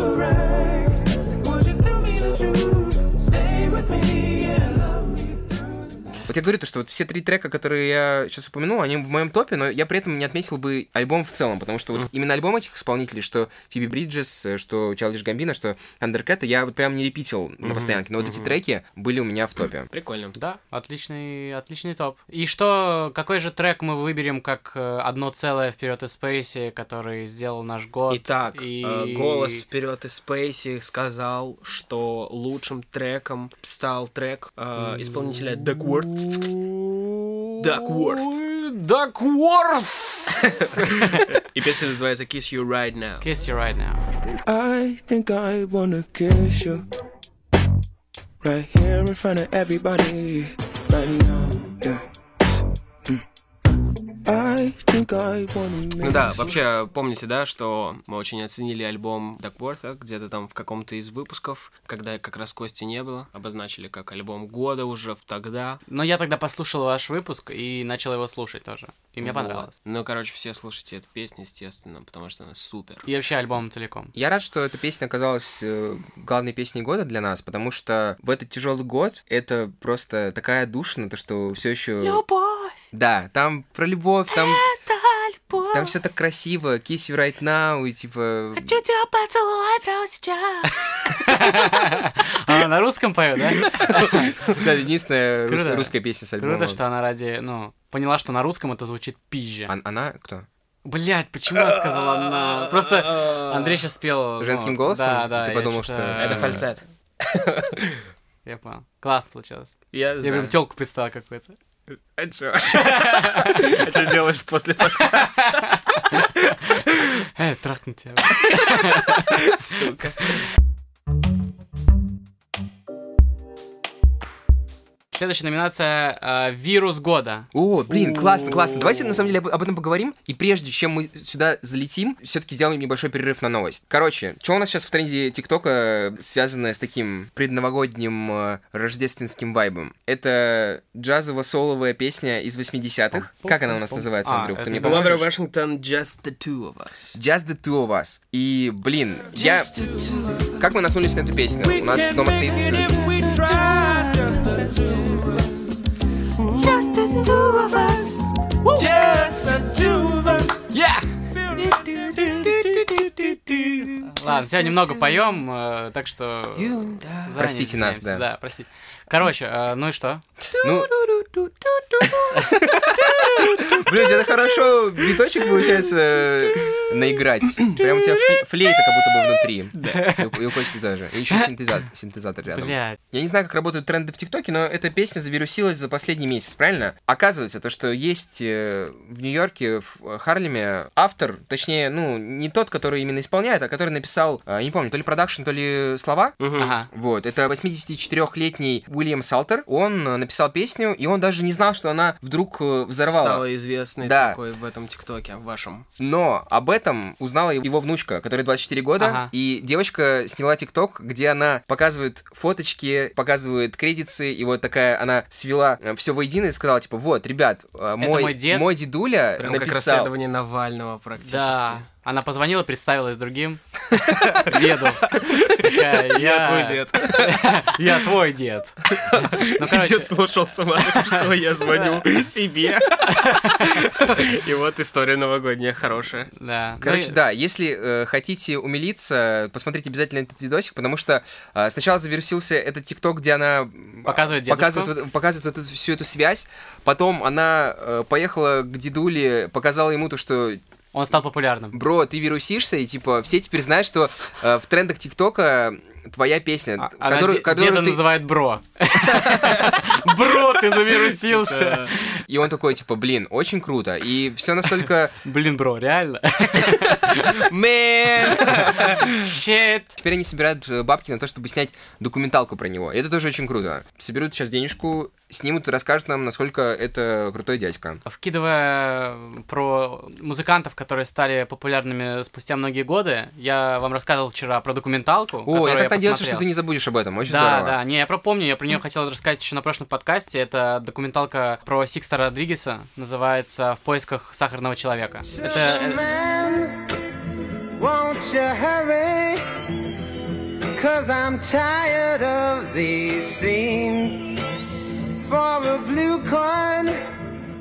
S6: do-rag? Would you tell me the truth? Stay with me and love me through the
S1: Вот я говорю то, что вот все три трека, которые я сейчас упомянул, они в моем топе, но я при этом не отметил бы альбом в целом, потому что вот именно альбом этих исполнителей, что Фиби Бриджес, э, что Childish Гамбина, что Thundercat, я вот прям не репитил на постоянке, но вот эти треки были у меня в топе.
S3: Прикольно.
S2: Да, отличный, отличный топ. И что, какой же трек мы выберем как э, одно целое вперед из Спейси, который сделал наш год?
S3: Итак,
S2: и-
S3: э, голос вперед из Спейси сказал, что лучшим треком стал трек э, исполнителя Duckworth. Duckworth.
S2: Duckworth!
S3: И песня называется Kiss You Right Now.
S2: Kiss you right now.
S9: I think I wanna kiss you right here in front of everybody right now. Yeah. Mm. I think I wanna
S3: Ну
S9: make
S3: да,
S9: you-
S3: вообще помните, да, что мы очень оценили альбом Дакворта где-то там в каком-то из выпусков, когда как раз Кости не было, обозначили как альбом года уже в тогда.
S2: Но я тогда послушал ваш выпуск и начал его слушать тоже. И мне
S3: Вот.
S2: понравилось.
S3: Ну, короче, все слушайте эту песню, естественно, потому что она супер.
S2: И вообще альбом целиком.
S1: Я рад, что эта песня оказалась э, главной песней года для нас, потому что в этот тяжелый год это просто такая душина, то что все еще... Любовь! Да, там про любовь, там... Там все так красиво, kiss you right now, и типа...
S2: Она А на русском поет, да?
S1: Да, единственная рус-
S2: Круто.
S1: русская песня с альбома.
S2: Круто, что она ради, ну, поняла, что на русском это звучит пизже.
S1: Он- Она кто?
S2: Блять, почему я сказал она? Просто Андрей сейчас спел... ну,
S1: Женским голосом?
S2: Да, да.
S1: Ты
S2: я
S1: подумал,
S2: что-то-
S1: что- Это
S2: э,
S3: фальцет.
S2: Я понял. Классно получилось.
S3: Я,
S2: Я прям телку представил какую-то.
S3: А что? делаешь после подкаста?
S2: Э, трахну тебя. Сука. Следующая номинация э, «Вирус года».
S1: О, блин, классно, классно. Давайте на самом деле об об этом поговорим. И прежде чем мы сюда залетим, все-таки сделаем небольшой перерыв на новость. Короче, что у нас сейчас в тренде ТикТока э, связанное с таким предновогодним э, рождественским вайбом? Это джазово-соловая песня из 80-х. Как она у нас называется,
S2: А,
S1: Андрюх? Ты
S2: это
S1: мне
S3: Ландра
S1: поможешь?
S3: Вашингтон, just the two of us.
S1: Just the two of us. И, блин, я... Как мы наткнулись на эту песню? У нас дома стоит э,
S6: Just the two of us. Just the two of us.
S2: Я! Ладно, сегодня немного поем, э, так что... заранее
S1: Простите нас,
S2: извиняемся.
S1: да.
S2: Да, простите. Короче, э, ну и что?
S1: Ну... Блин, у тебя так хорошо биточек получается э, наиграть. Прям у тебя фле- флейта как будто бы внутри. И у- И у Кости тоже. И еще синтеза- синтезатор рядом.
S2: Блядь.
S1: Я не знаю, как работают тренды в ТикТоке, но эта песня завирусилась за последний месяц, правильно? Оказывается, то, что есть э, в Нью-Йорке, в э, Харлеме, автор, точнее, ну, не тот, который именно исполняет, а который написал, э, не помню, то ли продакшн, то ли слова.
S2: Ага.
S1: Вот, это 84-летний Уильям Салтер. Он э, написал песню, и он даже не знал, что она вдруг э, взорвала.
S3: Стала известной
S1: Да.
S3: такой в этом ТикТоке, в вашем.
S1: Но об этом узнала его внучка, которой 24 года,
S2: Ага.
S1: и девочка сняла ТикТок, где она показывает фоточки, показывает кредитсы, и вот такая она свела все воедино и сказала, типа, вот, ребят, э, мой,
S2: мой дед».
S1: мой дедуля
S3: Прям как
S1: написал...
S3: расследование Навального практически.
S2: Да. Она позвонила, представилась другим. Деду. Такая, Я
S3: Твой дед.
S2: Я твой дед. Ну,
S3: И
S2: короче,
S3: Дед слушал сама, что я звоню себе. И вот история новогодняя хорошая.
S2: да.
S1: Короче,
S2: Ну и-
S1: да, если э, хотите умилиться, посмотрите обязательно этот видосик, потому что э, сначала завирусился этот тикток, где она м,
S2: Показывает дедушку.
S1: показывает, вот- показывает вот эту- всю эту связь, потом она э, поехала к дедуле, показала ему то, что
S2: Он стал популярным.
S1: бро, ты вирусишься, и типа все теперь знают, что э, в трендах ТикТока твоя песня,
S2: А- Она
S1: которую,
S2: де-
S1: которую
S2: деда
S1: ты-
S2: называет бро. Бро, ты завирусился.
S1: И он такой, типа, блин, очень круто. И все настолько...
S2: Блин, бро, реально. Щит.
S1: Теперь они собирают э, бабки на то, чтобы снять документалку про него. И это тоже очень круто. Соберут сейчас денежку, снимут и расскажут нам, насколько это крутой дядька.
S2: Вкидывая про музыкантов, которые стали популярными спустя многие годы, я вам рассказывал вчера про документалку.
S1: О,
S2: которую
S1: я так надеялся,
S2: посмотрел.
S1: что ты не забудешь об этом. Очень
S2: Да,
S1: здорово.
S2: да, не, я пропомню, я про нее хотел рассказать еще на прошлом подкасте. Это документалка про Сикста Родригеса, называется «В поисках сахарного человека». Это, э,
S6: Won't you hurry? Cause I'm tired of these scenes. For a blue coin.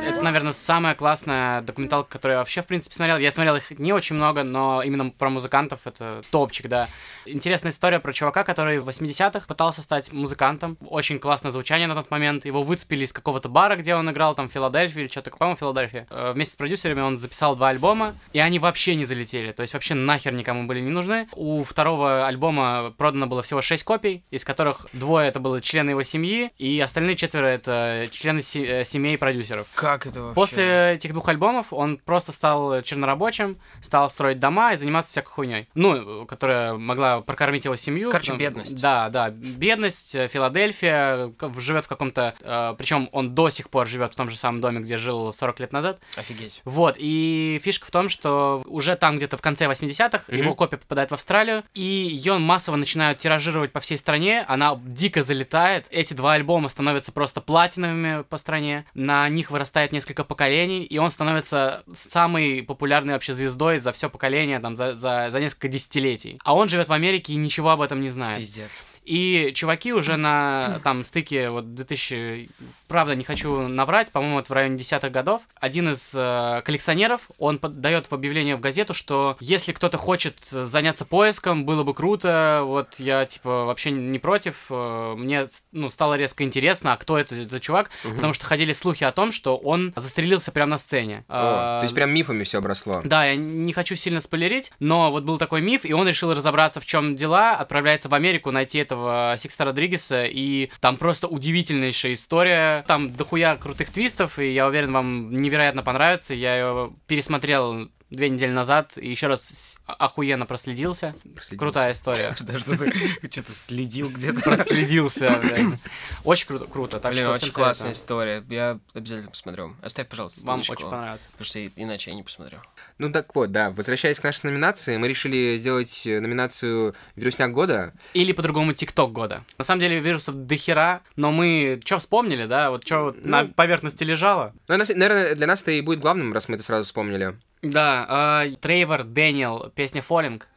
S2: это, наверное, самая классная документалка, которую я вообще, в принципе, смотрел. Я смотрел их не очень много, но именно про музыкантов это топчик, да. Интересная история про чувака, который в 80-х пытался стать музыкантом. Очень классное звучание на тот момент. Его выцепили из какого-то бара, где он играл, там, в Филадельфии или что-то, по-моему, Филадельфия. Э, Вместе с продюсерами он записал два альбома, и они вообще не залетели. То есть вообще нахер никому были не нужны. У второго альбома продано было всего шесть копий, из которых двое это были члены его семьи, и остальные четверо это члены се- э, семей продюсеров.
S3: Как это вообще?
S2: После этих двух альбомов он просто стал чернорабочим, стал строить дома и заниматься всякой хуйней. Ну, которая могла прокормить его семью.
S3: Короче,
S2: Ну,
S3: бедность.
S2: Да, да. Бедность, э, Филадельфия, к- живет в каком-то... причем он до сих пор живет в том же самом доме, где жил 40 лет назад.
S3: Офигеть.
S2: Вот, и фишка в том, что уже там где-то в конце 80-х его копия попадает в Австралию, и ее массово начинают тиражировать по всей стране, она дико залетает, эти два альбома становятся просто платиновыми по стране, на них вырастает несколько поколений, и он становится самой популярной вообще звездой за все поколение, там, за, за, за несколько десятилетий. А он живет в Америке и ничего об этом не знает.
S3: Пиздец.
S2: И чуваки уже на там стыке вот 2000... Правда, не хочу наврать, по-моему, это в районе десятых годов. Один из э, коллекционеров, он подает в объявление в газету, что если кто-то хочет э, заняться поиском, было бы круто, вот я, типа, вообще не против, э, мне, с- ну, стало резко интересно, а кто это за чувак, потому что ходили слухи о том, что он застрелился прямо на сцене.
S1: О,
S2: Э,
S1: то есть прям мифами все обросло.
S2: да, я не хочу сильно спойлерить, но вот был такой миф, и он решил разобраться, в чем дела, отправляется в Америку найти этого Сикста Родригеса, и там просто удивительнейшая история. Там дохуя крутых твистов, и я уверен, вам невероятно понравится. Я ее пересмотрел две недели назад и еще раз с- охуенно проследился.
S1: Проследился.
S2: Крутая история.
S3: Даже что-то следил где-то.
S2: Проследился, блядь. Очень круто, круто. Так
S3: Блин,
S2: что
S3: очень
S2: всем советую.
S3: классная история. Я обязательно посмотрю. Оставь, пожалуйста,
S2: Вам
S3: ссылочку,
S2: очень понравится.
S3: Потому что иначе я не посмотрю.
S1: Ну так вот, да, возвращаясь к нашей номинации, мы решили сделать э, номинацию «Вирусняк года».
S2: Или по-другому ТикТок года. На самом деле вирусов дохера, но мы что вспомнили, да? Вот что вот
S3: Ну.
S2: на поверхности лежало.
S1: Ну, нас- наверное, для нас это и будет главным, раз мы это сразу вспомнили.
S2: Да,
S3: а,
S2: э, Трейвор Дэниел, песня Фоллинг.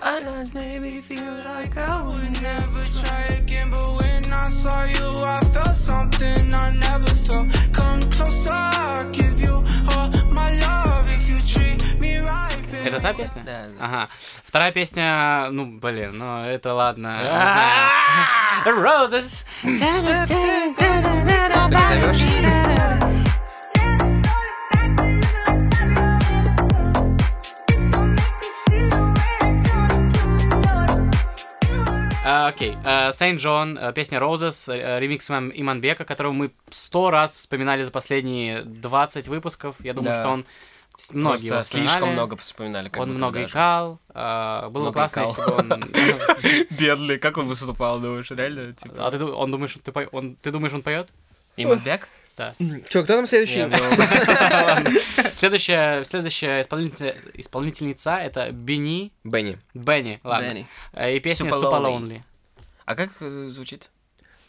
S6: I just made me feel like I would never try again. But when I saw you, I felt something I never felt. Come closer, I'll give you all my love if you treat me right. baby.
S2: Это та песня?
S3: Да, да.
S2: Ага. Вторая песня, ну, блин, ну, это ладно. не знаю. Roses.
S1: Что не зовешь?
S2: А, Окей. Сейн Джон, песня Roses, э, ремикс Иман- Иманбека, которого мы сто раз вспоминали за последние 20 выпусков. Я думаю,
S3: Да.
S2: что он с- многие его
S3: Просто слишком
S2: вспоминали.
S3: много вспоминали. как
S2: Он
S3: будто
S2: много
S3: даже.
S2: икал. а, Было
S3: Много
S2: классно,
S3: икал.
S2: если бы он...
S3: Бедный, как он выступал, думаешь, реально? Типа...
S2: А ты ду- он думаешь, ты по- он- ты думаешь, он поет?
S3: Иманбек?
S1: Че, кто там следующий?
S2: Следующая, следующая исполнительница, исполнительница это Бени
S1: Бенни.
S2: Бенни, ладно.
S3: Бенни.
S2: Э, И песня
S3: Super
S2: Super
S3: Lonely.
S2: Lonely.
S3: А как э, звучит?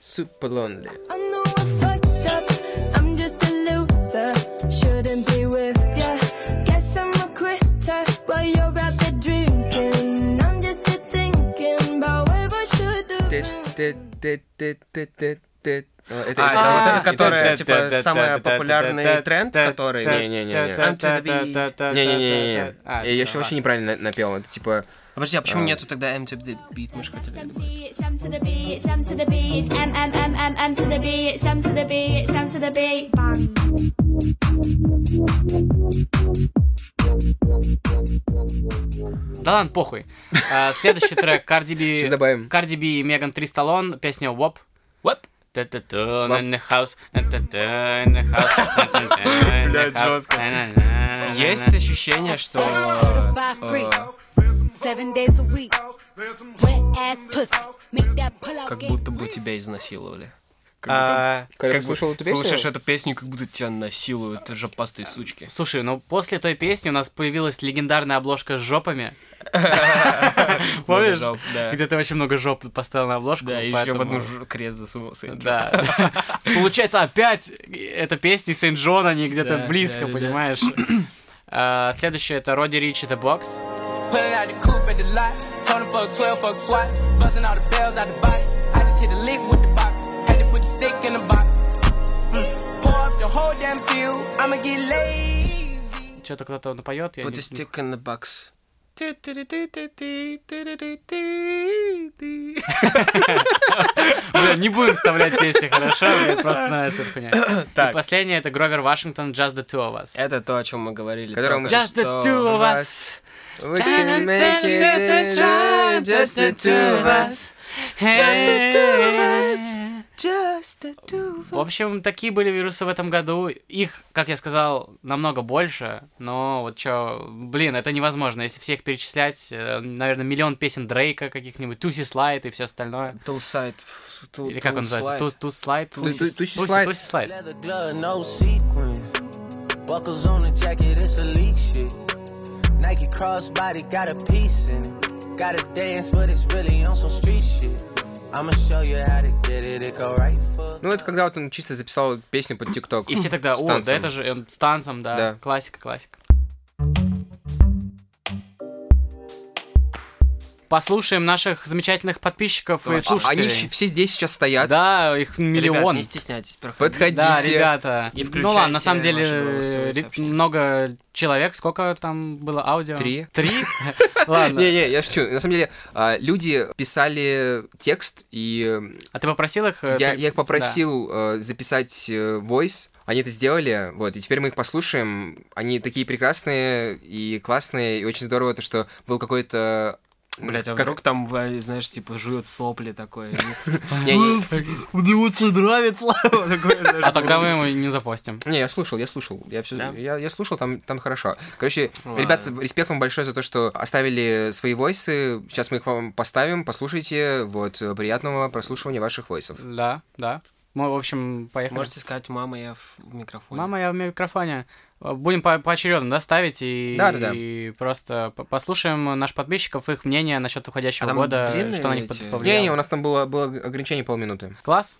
S1: Super lonely.
S7: I know I fucked up. I'm just a loser. Shouldn't be with ya. Guess I'm a quitter. While you're out there drinking, I'm just a thinking about where I should have been.
S1: Т-т-т-т-т-т. Э, Это
S3: А, это вот это, которая,
S1: это-
S3: типа, самый популярный тренд, который-
S1: Не-не-не-не.
S3: I'm to the beat.
S1: Не-не-не-не.
S2: А,
S1: Я еще
S2: ладно.
S1: вообще неправильно на- напел. Это типа...
S3: Подожди, а почему нету тогда M to the beat? Мы же хотели.
S10: It's M to the B, it's M to the B, it's M, M, M, M, M to the B, it's M to the B, it's M to the B. Bang.
S2: Да ладно, похуй. А, Следующий трек Карди
S1: Сейчас
S2: Би.
S1: добавим.
S2: Карди Би и Меган Три Сталон, песня Wop.
S3: What?
S2: Та-та-та, in the house, та-та-та, in the house, та-та-та, in the
S3: Блядь,
S2: house,
S3: жестко.
S2: на-на-на-на-на.
S3: Есть ощущение, что... э,
S10: Seven days a week. Wet ass pussy. Make that pull out
S3: как будто бы тебя изнасиловали.
S2: А,
S1: Коля,
S3: бы
S1: слушал эту песню?
S3: Слушаешь эту песню, как будто тебя насилуют это жопастые сучки.
S2: Слушай, ну после той песни у нас появилась легендарная обложка с жопами. Помнишь?
S3: жоп, да.
S2: Где ты очень много жоп поставил на обложку.
S3: Да, и еще в
S2: поэтому-
S3: одну ж- крест засунул Сейнджон.
S2: Да. Получается, опять эта песня Сент Джон, они где-то
S3: Да,
S2: близко,
S3: да, да, да.
S2: понимаешь? А, Следующее это Роди Рич, это бокс.
S6: Pulling out the coupe at the lot. Told him fuck 12, fuck SWAT. Busting all the bells out the box. I just hit a lick with the box. Had to put the stick in the box. Mm. Pour up the whole damn seal. I'ma get lazy.
S2: Что-то кто-то напоет. я
S3: Put
S2: не-
S3: a stick in the box.
S2: Бля, не будем вставлять песни, хорошо? Мне просто нравится эта хуйня. И
S3: Так.
S2: последнее это Гровер Вашингтон, Just the Two of Us.
S3: Это то, о чем мы говорили.
S1: Которого
S3: только
S1: мы-
S2: Just the
S3: что.
S2: Two of
S1: Us.
S2: Us.
S1: We can make it just the two of us.
S2: В общем, такие были вирусы в этом году. Их, как я сказал, намного больше. Но вот чё, блин, это невозможно. Если всех перечислять, э, наверное, миллион песен Дрейка каких-нибудь, Туси Слайд и все остальное.
S3: Toolside.
S2: Или как он называется? Ту- Туси Слайд?
S1: Ту-
S2: Туси
S1: Туси
S2: Туси-
S1: Слайд.
S2: Туси Слайд.
S11: Leather glove, no sequins. Buckles on the jacket, it's elite shit. Nike crossbody got a piece in it. Gotta dance, but it's really on some street shit. I'ma show you how to get it. It go right foot.
S1: Ну, это когда вот он чисто записал песню под ТикТок.
S2: И все тогда,
S1: С
S2: о, да
S1: танцем.
S2: это же эм, с танцем, да.
S1: Да.
S2: Классика, классика. Послушаем наших замечательных подписчиков и
S1: А- Они
S2: слушателей.
S1: щ- все здесь сейчас стоят.
S2: Да, их
S3: Ребят,
S2: миллион.
S3: не стесняйтесь, проходите.
S1: Подходите.
S2: да, ребята.
S3: И
S2: ну ладно, на
S3: включайте
S2: самом деле
S3: наши голосовые
S2: э, ре-
S3: сообщения.
S2: много человек. Сколько там было аудио?
S1: Три.
S2: Три? Ладно.
S1: Не-не, я шучу. На самом деле, а, люди писали текст, и
S2: А ты попросил их? э,
S1: э, я,
S2: при-
S1: я их попросил э, записать э, voice. Они это сделали, вот, и теперь мы их послушаем. Они такие прекрасные и классные, и очень здорово то, что был какой-то
S3: Блять, а вдруг там, в- знаешь, типа жует сопли такое.
S1: Не,
S3: Мне очень нравится.
S2: А тогда мы его не запостим.
S1: Не, я слушал, я слушал. Я, всё-
S2: Да?
S1: я, я слушал, там, там хорошо. Короче,
S2: Ладно.
S1: ребят, респект вам большое за то, что оставили свои войсы. Сейчас мы их вам поставим, послушайте. Вот, э, приятного прослушивания ваших войсов.
S2: Да, да. Мы, в общем, поехали.
S3: Можете сказать, мама, я в микрофоне.
S2: Мама, я в микрофоне. Э, Будем по поочередно, да, ставить и,
S3: Да-да-да.
S2: и просто по- послушаем наших подписчиков, их мнение насчет
S1: А
S2: уходящего
S1: там
S2: года,
S1: длинные
S2: что на них под-
S1: эти-
S2: повлияло.
S1: Не-не, у нас там было, было ограничение полминуты.
S2: Класс.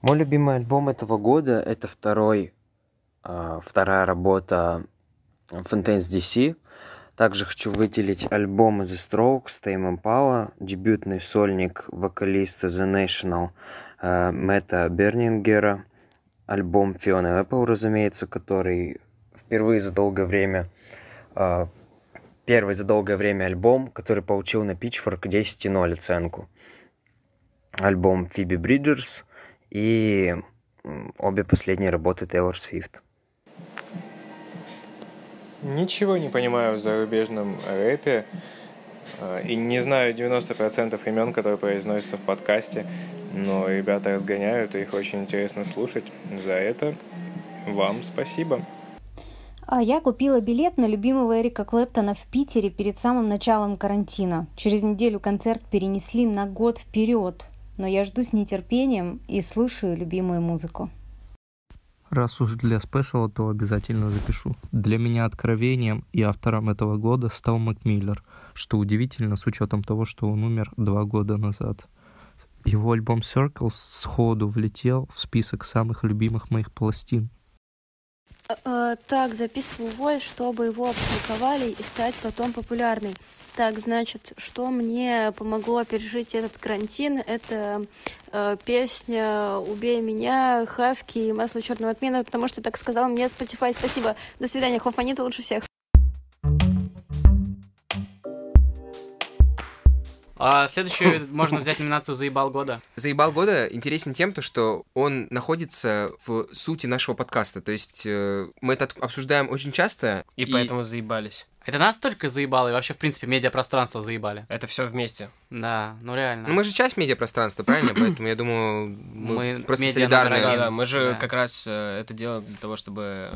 S12: Мой любимый альбом этого года это второй, а, вторая работа Fontaine's DC. Также хочу выделить альбом The Strokes, Tame Impala, дебютный сольник вокалиста The National э, Мэтта Бернингера, альбом Fiona Apple, разумеется, который впервые за долгое время э, первый за долгое время альбом, который получил на Pitchfork 10.0 оценку. Альбом Фиби Бриджерс и м, обе последние работы Тейлор Свифт.
S13: Ничего не понимаю в зарубежном рэпе э, и не знаю 90% имен, которые произносятся в подкасте, но ребята разгоняют, и их очень интересно слушать. За это вам спасибо.
S14: А Я купила билет на любимого Эрика Клэптона в Питере перед самым началом карантина. Через неделю концерт перенесли на год вперед. Но я жду с нетерпением и слушаю любимую музыку.
S15: Раз уж для спешала, то обязательно запишу. Для меня откровением и автором этого года стал Мак Миллер, что удивительно с учетом того, что он умер два года назад. Его альбом Circles сходу влетел в список самых любимых моих пластин.
S16: Э, Так, записываю вой, чтобы его опубликовали и стать потом популярной. Так, значит, что мне помогло пережить этот карантин, это э, песня «Убей меня», «Хаски» и «Масло черного отмена», потому что так сказал мне Spotify. Спасибо. До свидания. Хофманита лучше всех.
S2: А следующую можно взять номинацию «Заебал года».
S1: Заебал года интересен тем, то, что он находится в сути нашего подкаста. То есть э, мы это от- обсуждаем очень часто.
S3: И поэтому заебались.
S2: Это нас только заебало, и вообще, в принципе, медиапространство заебали.
S3: Это все вместе.
S2: Да, ну реально.
S1: Ну, мы же часть медиапространства, правильно? Поэтому я думаю, мы,
S2: Мы
S1: просто
S2: медиа
S1: солидарны.
S2: номер один.
S3: Да, мы же
S2: Да.
S3: как раз э, это делаем для того, чтобы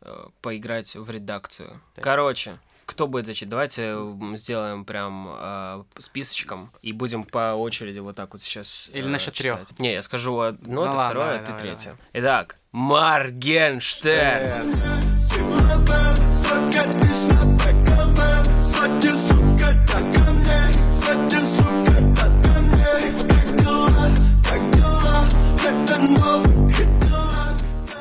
S3: э, поиграть в редакцию. Короче, кто будет зачитывать? Давайте м, сделаем прям э, списочком и будем по очереди вот так вот сейчас. э,
S2: Или на счет
S3: читать. Не, я скажу
S2: Ну
S3: одно, ты
S2: ладно, давай,
S3: второе, ты
S2: давай, Э.
S3: третье. Итак, Маргенштерн.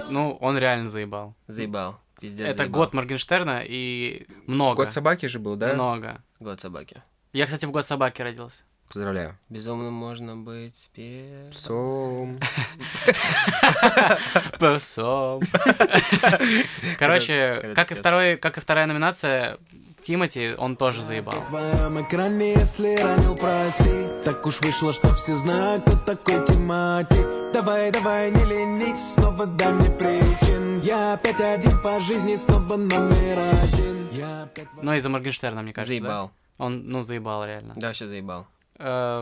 S2: Ну, он реально заебал.
S3: Заебал. Пиздец,
S2: Это
S3: заебал.
S2: год Моргенштерна и много.
S1: Год собаки же был, да?
S2: Много.
S3: Год собаки.
S2: Я, кстати, в год собаки родился.
S1: Поздравляю.
S3: Безумно можно быть пе-
S1: Псом.
S2: Псом. Короче, как и второй, как и вторая номинация, Тимати, он тоже заебал.
S17: твоем экране, если ранил, прости Так уж вышло, что все знают, кто такой тематик Давай, давай, не ленись, снова дай мне причин Я опять один по жизни, снова номер один Я опять
S2: Ну, из-за Моргенштерна, мне кажется, да?
S3: Заебал.
S2: Он, ну, заебал реально. Э,
S3: Да, вообще заебал.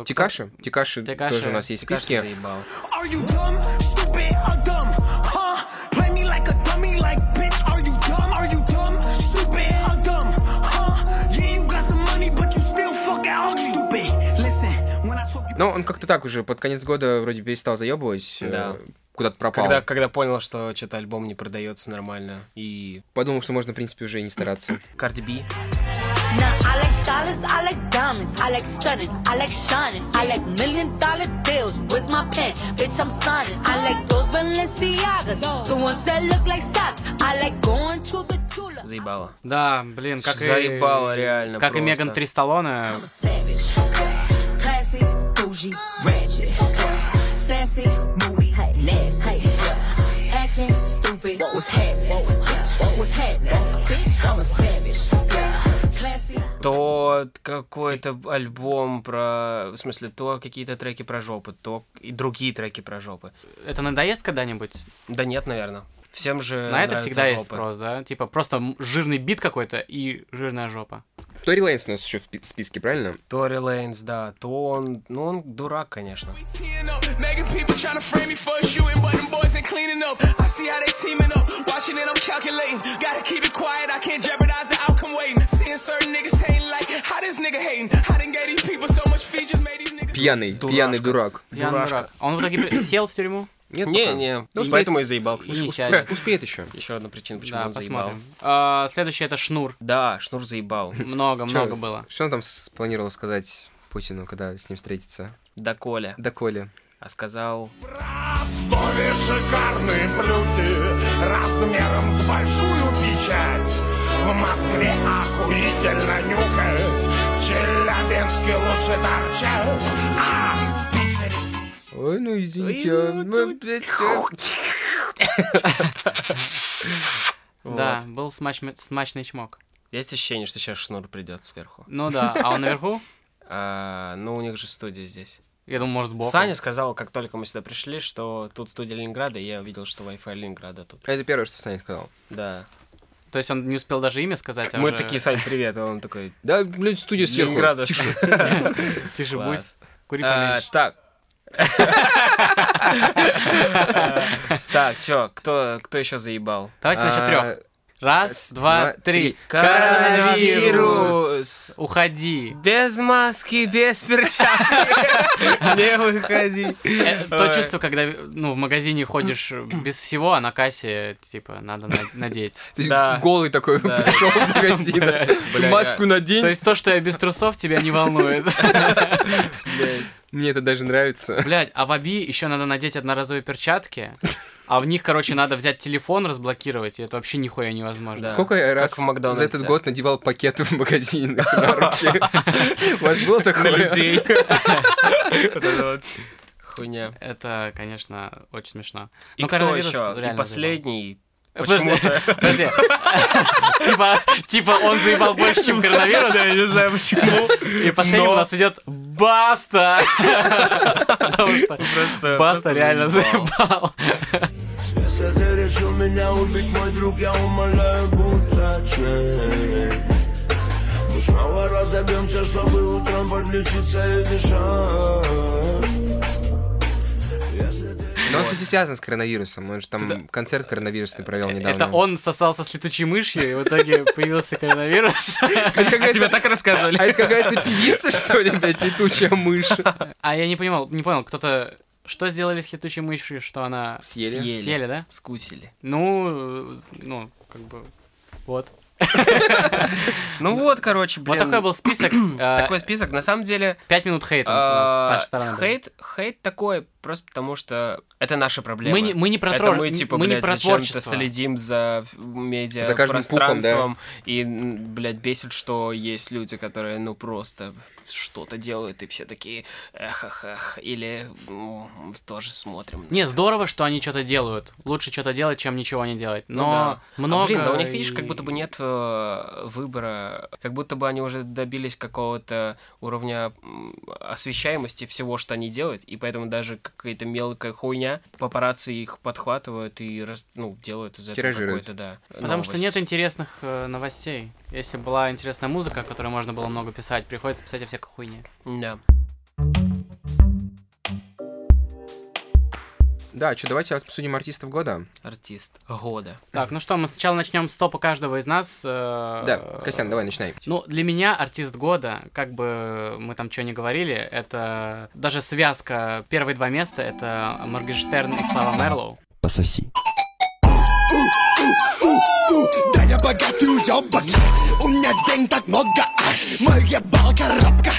S1: Тикаши? Тикаши тоже у нас есть в
S3: Тикаши
S1: списке.
S3: заебал.
S6: Are you dumb, stupid, or dumb? Huh? Play me like a dummy, like bitch. Are you dumb? Are you dumb, stupid, or dumb? Huh? Yeah, you got some money, but you still fucking all stupid. Listen, when I talk.
S1: Но он как-то так уже под конец года вроде перестал заебывать. э,
S3: Да.
S1: Куда-то пропал.
S3: Когда, когда понял, что что-то альбом не продается нормально, и
S1: Подумал, что можно, в принципе, уже и не стараться.
S3: Карди Би.
S18: Now I like dollars, I like diamonds, I like stunning, I like shining, I like million dollar deals. Where's my pen? Bitch, I'm signing. I like those Balenciagas, the ones that look like socks. I like going to the Tula.
S3: Заебало.
S2: Да, блин, как и...
S3: Заебало реально
S2: Как и
S3: просто.
S2: Меган Три Сталлоне.
S19: savage. Classy, bougie, ratchet. Sassy, moody, nasty. Acting stupid. What was happening? What was happening? Bitch, I'm a savage. Classy.
S3: То какой-то альбом про... В смысле, то какие-то треки про жопы, то и другие треки про жопы.
S2: Это надоест когда-нибудь?
S3: Да нет, наверное. Всем же
S2: На это
S3: нравятся
S2: всегда есть
S3: жопы.
S2: спрос, да? Типа просто м- жирный бит какой-то и жирная жопа.
S1: Тори Лейнс у нас еще в спи- списке, правильно?
S3: Тори Лейнс, да. То он, ну он дурак, конечно.
S20: Megan people tryna frame me for a shooting, but them boys ain't cleaning up. I see how they teaming up, watching it, I'm calculating. Gotta keep it quiet, I can't jeopardize the outcome waiting. Seeing certain niggas hating, like, how this nigga hating? I done gave these people so much feed, just made these niggas.
S1: Пьяный, пьяный дурак.
S2: Пьяный дурак. А Он в итоге при- сел в тюрьму?
S1: Нет,
S3: не,
S1: пока.
S3: не.
S1: Ну,
S3: И
S1: успеет.
S3: поэтому и заебал, кстати.
S2: И не
S3: Успе-
S2: сядет.
S1: Э, Успеет еще.
S3: Еще одна причина, почему
S2: Да,
S3: он заебал.
S2: посмотрим. А, Следующий это Шнур.
S3: Да, Шнур заебал.
S2: Много, много было.
S1: Что он там спланировал сказать Путину, когда с ним встретится?
S3: До Коля.
S1: До Коля.
S3: А сказал...
S20: Были шикарные плюхи размером с большую печать. В Москве охуительно нюхать, в Челябинске лучше торчать. А в Питере
S1: Ой, ну извините. а, ну, блядь,
S2: Да, был смач- смачный чмок.
S3: Есть ощущение, что сейчас Шнур придет сверху.
S2: Ну да, а он наверху?
S3: А, ну, у них же студия здесь.
S2: Я думаю, может, сбоку.
S3: Саня сказал, как только мы сюда пришли, что тут студия Ленинграда, и я увидел, что Wi-Fi Ленинграда тут.
S1: А Это первое, что Саня сказал.
S3: Да.
S2: То есть он не успел даже имя сказать, а
S3: мы
S2: уже-
S3: такие, Сань, привет, а он такой...
S1: Да, блядь, студия сверху.
S3: Ленинграда.
S1: Тише.
S2: Тише
S3: Класс.
S2: будь, кури
S3: А,
S2: поменьше.
S3: Так. Так, чё, кто, кто еще заебал?
S2: Давайте насчет
S3: А,
S2: трех. Раз, Э, два,
S3: два,
S2: три.
S3: три. Коронавирус.
S2: Уходи.
S3: Без маски, без перчатки. Не выходи.
S2: Э, То
S3: Ой.
S2: чувство, когда ну, в магазине ходишь без всего, а на кассе, типа, надо на- надеть.
S1: Ты голый такой пришел в магазин.
S2: Бля,
S1: Маску
S2: я-
S1: надень.
S2: То есть то, что я без трусов, тебя не волнует.
S1: Мне это даже нравится.
S2: Блять, а в Аби еще надо надеть одноразовые перчатки, а в них, короче, надо взять телефон, разблокировать, и это вообще нихуя невозможно.
S1: Сколько я раз за этот год надевал пакеты в магазинах на руки? У вас было такое?
S3: Хуйня.
S2: Это, конечно, очень смешно.
S3: И
S2: Но
S3: кто
S2: коронавирус
S3: еще?
S2: реально
S3: И последний.
S2: заебал. Подожди, подожди. Типа, типа он заебал больше, чем коронавирус?
S3: Да, я не знаю почему.
S2: И последним
S3: Но-
S2: у нас идет Баста! Потому
S3: Ну,
S2: что Баста реально заебал.
S6: Если ты решил меня убить, мой друг, я умоляю, будь точнее Мы снова разобьемся, чтобы утром подлечиться и дышать Если ты
S1: Но он, кстати, связан с коронавирусом. Он же там концерт коронавирусный провел недавно.
S2: Это он сосался с летучей мышью, и в итоге появился коронавирус. А тебя так рассказывали.
S1: А это какая-то певица, что ли, блядь, летучая мышь?
S2: А я не понимал, не понял, кто-то... Что сделали с летучей мышью, что она...
S1: Съели.
S3: Съели.
S2: Съели, да?
S3: Скусили.
S2: Ну, э, ну, как бы... Вот.
S3: Ну вот, короче, блин.
S2: Вот такой был список. э,
S3: Такой список, на самом деле...
S2: Пять минут хейта у
S3: а,
S2: нас с нашей стороны. было.
S3: Хейт, хейт такой, просто потому что это наша проблема.
S2: Мы не- мы не про
S3: это
S2: трор-
S3: мы, типа,
S2: мы не
S3: блядь,
S2: про
S3: зачем-то
S2: творчество.
S3: следим за в- медиа
S1: За каждым пуком, да.
S3: пространством. И, м, блядь, бесит, что есть люди, которые, ну, просто что-то делают, и все такие, эх, эх, эх. Или м, тоже смотрим.
S2: Не, здорово, что они что-то делают. Лучше что-то делать, чем ничего не делать.
S3: Ну
S2: Но
S3: да. А,
S2: много...
S3: блин, да у них, видишь,
S2: и-
S3: как будто бы нет э, выбора, как будто бы они уже добились какого-то уровня м, освещаемости всего, что они делают, и поэтому даже какая-то мелкая хуйня, папарацци их подхватывают и раз- ну, делают из этого
S1: Тиражируют.
S3: какой-то, да.
S2: Потому что нет
S3: новость.
S2: интересных э, новостей. Если была интересная музыка, о которой можно было много писать, приходится писать о всякой хуйне.
S3: Да.
S1: Да, что, давайте обсудим артистов года.
S3: Артист года.
S2: Так, ну что, мы сначала начнем с топа каждого из нас. э,
S1: Да,
S2: Да,
S1: Костян, давай, начинай.
S2: Ну, для меня артист года, как бы мы там что ни говорили, это даже связка первые два места, это Моргенштерн и Слава Мерлоу.
S21: Пососи. Да я богатый уёбок У меня денег так много а, Моя коробка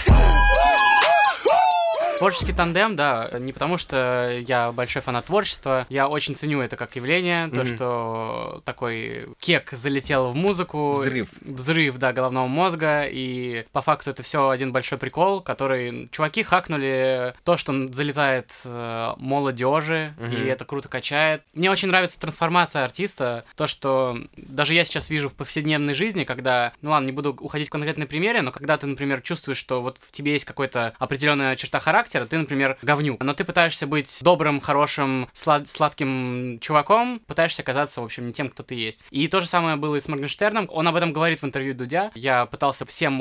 S2: Творческий тандем, да, не потому что я большой фанат творчества, я очень ценю это как явление, то,
S1: Мгм.
S2: что такой кек залетел в музыку.
S1: Взрыв.
S2: Взрыв, да, головного мозга, и по факту это все один большой прикол, который чуваки хакнули то, что н- залетает э, молодежи,
S1: Мгм.
S2: и это круто качает. Мне очень нравится трансформация артиста, то, что даже я сейчас вижу в повседневной жизни, когда, ну ладно, не буду уходить в конкретные примеры, но когда ты, например, чувствуешь, что вот в тебе есть какая-то определенная черта характера, характера, ты, например, говнюк, но ты пытаешься быть добрым, хорошим, слад- сладким чуваком, пытаешься казаться, в общем, не тем, кто ты есть. И то же самое было и с Моргенштерном. Он об этом говорит в интервью Дудя. Я пытался всем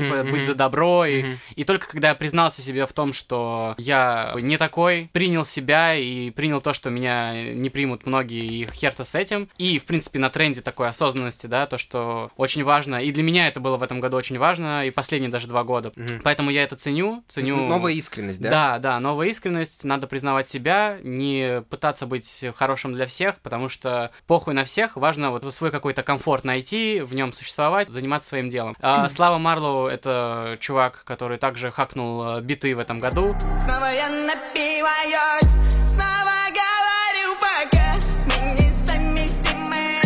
S1: Мгм,
S2: типа,
S1: мгм.
S2: быть за добро. И,
S1: Мгм.
S2: и только когда я признался себе в том, что я не такой, принял себя и принял то, что меня не примут многие, и хер-то с этим. И, в принципе, на тренде такой осознанности, да, то, что очень важно. И для меня это было в этом году очень важно, и последние даже два года. Поэтому я это ценю, ценю...
S1: Н- новая искренность, да?
S2: ну, Да, да, новая искренность, надо признавать себя, не пытаться быть хорошим для всех, потому что похуй на всех, важно вот свой какой-то комфорт найти, в нем существовать, заниматься своим делом. А, Слава Марлоу — это чувак, который также хакнул э, биты в этом году.
S6: Снова я напиваюсь, снова говорю пока. Мы несовместимы,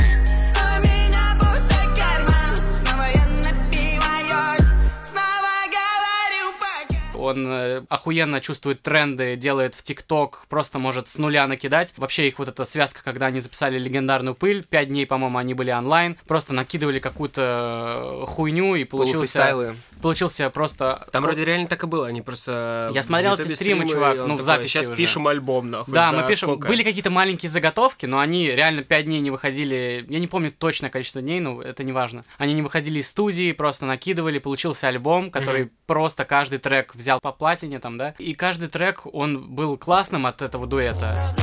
S6: у меня пустой карман. Снова я напиваюсь, снова говорю пока.
S2: Он э, охуенно чувствует тренды, делает в ТикТок, просто может с нуля накидать. Вообще их вот эта связка, когда они записали легендарную пыль, пять дней, по-моему, они были онлайн, просто накидывали какую-то э, хуйню и получился...
S3: Полуфристайлы.
S2: Получился просто...
S3: Там вроде реально так и было, они просто... э,
S2: Я смотрел
S3: в
S2: эти
S3: Ютубе
S2: стримы, чувак,
S3: и он
S2: ну, в
S3: такой,
S2: записи
S3: Сейчас
S2: уже».
S3: пишем альбом, нахуй.
S2: Да,
S3: за
S2: мы пишем.
S3: сколько?»
S2: Были какие-то маленькие заготовки, но они реально пять дней не выходили. Я не помню точное количество дней, но это не важно. Они не выходили из студии, просто накидывали, получился альбом, который
S1: Мгм.
S2: просто каждый трек взял по платине там, да. И каждый трек, он был классным от этого дуэта.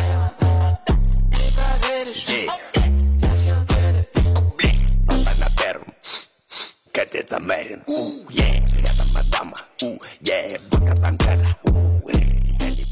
S21: Панатерм. Катец Америн. У, е, рядом Адама. У, е, Бока Пантера.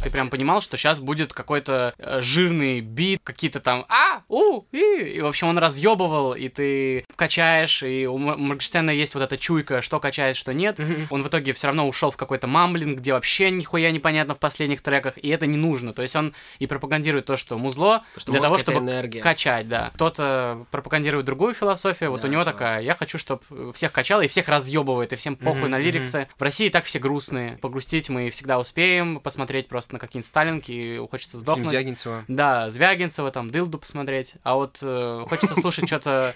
S2: Ты прям понимал, что сейчас будет какой-то э, жирный бит, какие-то там а, у, и, и, в общем, он разъебывал, и ты качаешь, и у Мор- Моргенштерна есть вот эта чуйка, что качает, что нет. Он в итоге все равно ушел в какой-то мамблинг, где вообще нихуя непонятно в последних треках, и это не нужно. То есть он и пропагандирует то, что музло
S3: что
S2: для
S3: мозг
S2: того,
S3: это
S2: чтобы
S3: энергия.
S2: качать, да. Кто-то пропагандирует другую философию, вот у него такая, я хочу, чтобы всех качало и всех разъебывает, и всем похуй
S1: Мгм,
S2: на
S1: мгм.
S2: лириксы. В России и так все грустные. Погрустить мы всегда успеем, посмотреть просто на какие-нибудь сталинки, и хочется сдохнуть.
S1: Звягинцева.
S2: Да, Звягинцева, там, Дылду посмотреть. А вот э, хочется слушать что-то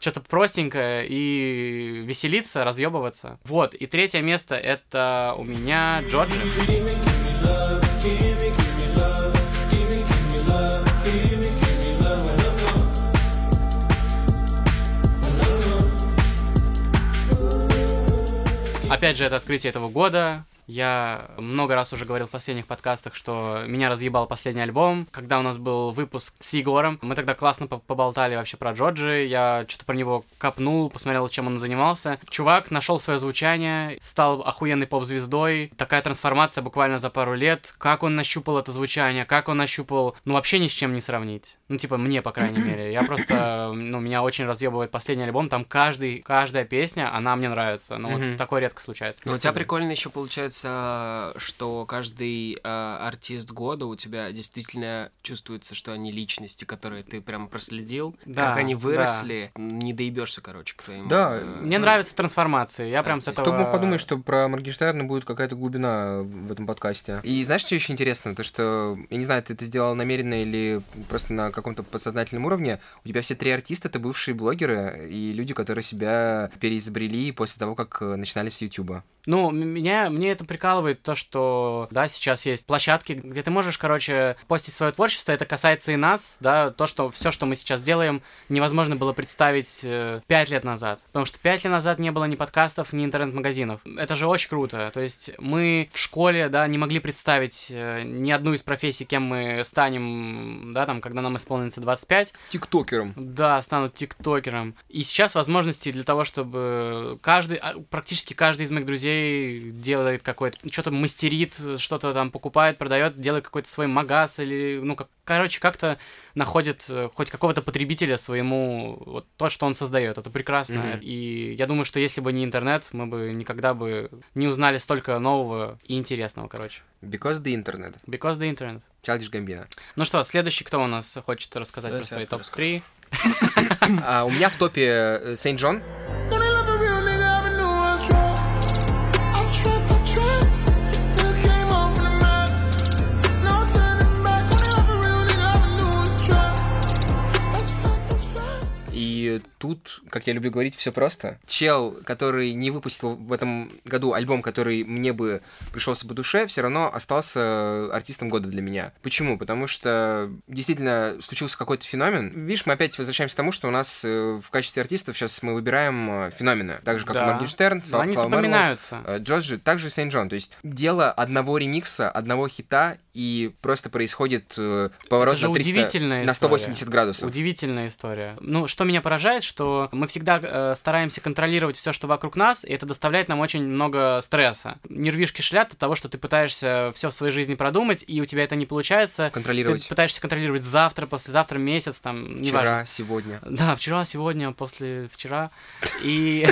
S2: что-то простенькое и веселиться, разъебываться. Вот, и третье место — это у меня Джорджи. Опять же, это открытие этого года. Я много раз уже говорил в последних подкастах, что меня разъебал последний альбом. Когда у нас был выпуск с Егором, мы тогда классно по- поболтали вообще про Джорджи. Я что-то про него копнул, посмотрел, чем он занимался. Чувак нашел свое звучание, стал охуенной поп-звездой. Такая трансформация буквально за пару лет. Как он нащупал это звучание, как он нащупал... Ну, вообще ни с чем не сравнить. Ну, типа, мне, по крайней мере. Я просто... Ну, меня очень разъебывает последний альбом. Там каждый, каждая песня, она мне нравится. Ну,
S3: Мгм.
S2: вот такое редко случается.
S3: Ну, у тебя прикольно еще получается, что каждый э, артист года у тебя действительно чувствуется, что они личности, которые ты прям проследил,
S2: Да,
S3: как они
S2: да.
S3: выросли, не доебешься, короче, к твоему. э,
S1: Да,
S2: Мне нравятся трансформации. Я прям с этого...
S1: Кто бы мог подумать, что про Моргенштерна будет какая-то глубина в этом подкасте. И знаешь, что еще интересно? То, что, я не знаю, ты это сделал намеренно или просто на каком-то подсознательном уровне, у тебя все три артиста — это бывшие блогеры и люди, которые себя переизобрели после того, как э, начинали с Ютуба.
S2: Ну, м- меня, мне это прикалывает то, что, да, сейчас есть площадки, где ты можешь, короче, постить свое творчество. Это касается и нас, да, то, что все, что мы сейчас делаем, невозможно было представить э, пять лет назад. Потому что пять лет назад не было ни подкастов, ни интернет-магазинов. Это же очень круто. То есть мы в школе, да, не могли представить э, ни одну из профессий, кем мы станем, да, там, когда нам исполнится 25.
S1: Тиктокером.
S2: Да, станут тиктокером. И сейчас возможности для того, чтобы каждый, а, практически каждый из моих друзей делает какой-то, что-то мастерит, что-то там покупает, продает, делает какой-то свой магаз или, ну, как, короче, как-то находит э, хоть какого-то потребителя своему, вот то, что он создает. Это прекрасно.
S1: Мгм.
S2: И я думаю, что если бы не интернет, мы бы никогда бы не узнали столько нового и интересного, короче.
S1: Because the internet.
S2: Because the internet.
S1: Childish Gambino.
S2: Ну что, следующий, кто у нас хочет рассказать про свои топ-3?
S1: А у меня в топе э, Сейнт Джон. И тут как я люблю говорить, все просто. Чел, который не выпустил в этом году альбом, который мне бы пришелся по душе, все равно остался артистом года для меня. Почему? Потому что действительно случился какой-то феномен. Видишь, мы опять возвращаемся к тому, что у нас э, в качестве артистов сейчас мы выбираем э, феномены. Так же, как
S2: Да.
S1: Моргенштерн,
S2: Да,
S1: Слава-
S2: они
S1: Слава Мэрлоу,
S2: запоминаются.
S1: э, Джорджи, также Сент Джон. То есть дело одного ремикса, одного хита, и просто происходит э, поворот
S2: Это же
S1: на 300
S2: удивительная
S1: на
S2: история.
S1: 180 градусов.
S2: Удивительная история. Ну, что меня поражает, что мы всегда э, стараемся контролировать все, что вокруг нас, и это доставляет нам очень много стресса. Нервишки шляют от того, что ты пытаешься все в своей жизни продумать, и у тебя это не получается.
S1: Контролировать.
S2: Ты пытаешься контролировать завтра, послезавтра, месяц, там,
S1: Вчера,
S2: неважно.
S1: сегодня.
S2: Да, вчера, сегодня, после вчера. И...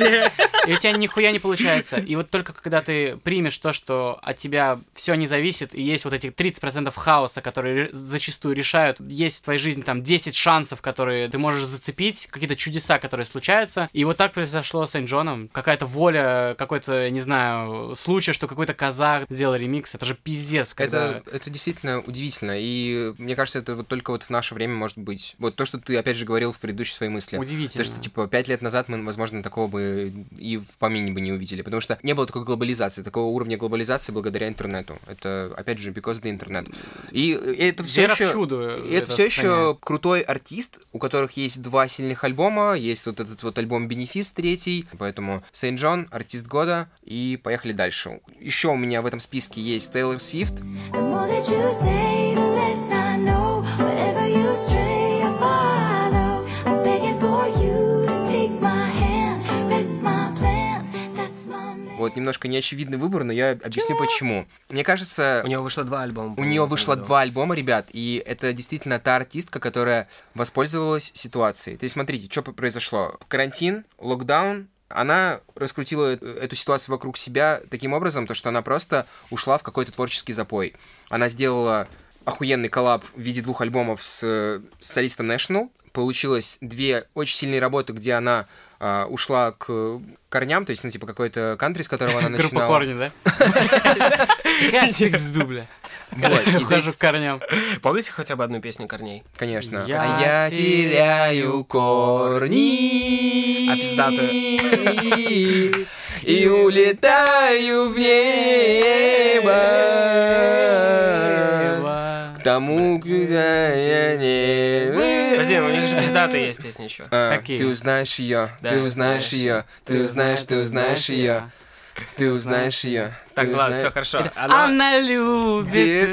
S2: и у тебя нихуя не получается. И вот только когда ты примешь то, что от тебя все не зависит, и есть вот эти 30% хаоса, которые ре- зачастую решают, есть в твоей жизни там 10 шансов, которые ты можешь зацепить, какие-то чудеса, которые случаются. И вот так произошло с Сент Джоном. Какая-то воля, какой-то, не знаю, случай, что какой-то казах сделал ремикс. Это же пиздец. когда-
S1: Это, это действительно удивительно. И э, мне кажется, это вот только вот в наше время может быть. Вот то, что ты опять же говорил в предыдущей своей мысли.
S2: Удивительно.
S1: То, что типа пять лет назад мы, возможно, такого бы и в помине бы не увидели. Потому что не было такой глобализации, такого уровня глобализации благодаря интернету. Это опять же because the интернет. И это все
S2: Вера в
S1: еще.
S2: чудо
S1: и
S2: это
S1: это все еще
S2: сохраняет.
S1: крутой артист, у которых есть два сильных альбома. Есть вот этот вот альбом Бенефис третий. Поэтому Сейн Джон, артист года. И поехали дальше. Еще у меня в этом списке есть Тейлор Свифт.
S4: The more that you say, the less I know. Wherever you stray, I follow. I'm begging for you to take my hand, wreck my plans. That's my
S1: Вот немножко неочевидный выбор, но я объясню почему. Мне кажется... У
S3: нее вышло два альбома.
S1: У нее вышло два альбома, ребят, и это действительно та артистка, которая воспользовалась ситуацией. То есть смотрите, что произошло. Карантин, локдаун, она раскрутила э- эту ситуацию вокруг себя таким образом, то что она просто ушла в какой-то творческий запой. Она сделала охуенный коллаб в виде двух альбомов с, э, с солистом National. Получилось две очень сильные работы, где она а, ушла к э, корням, то есть, ну, типа, какой-то кантри, с которого она начинала.
S2: Группа корни, да? Какая ты пизду, бля.
S1: Вот, и то
S2: Ухожу
S1: есть-
S2: к корням.
S3: Помните хотя бы одну песню Корней?
S1: Конечно.
S3: Я
S1: а я теряю корни.
S3: А пиздатую.
S1: И улетаю в небо. К тому, куда я не...
S3: Подожди, у них же пиздатые есть песни еще.
S1: А, Ты узнаешь ее,
S3: Да.
S1: ты узнаешь ее, ты узнаешь, ты узнаешь ее, ты узнаешь ее.
S3: Так, ладно, все хорошо. Э,
S2: Это
S3: Она-
S2: Она любит...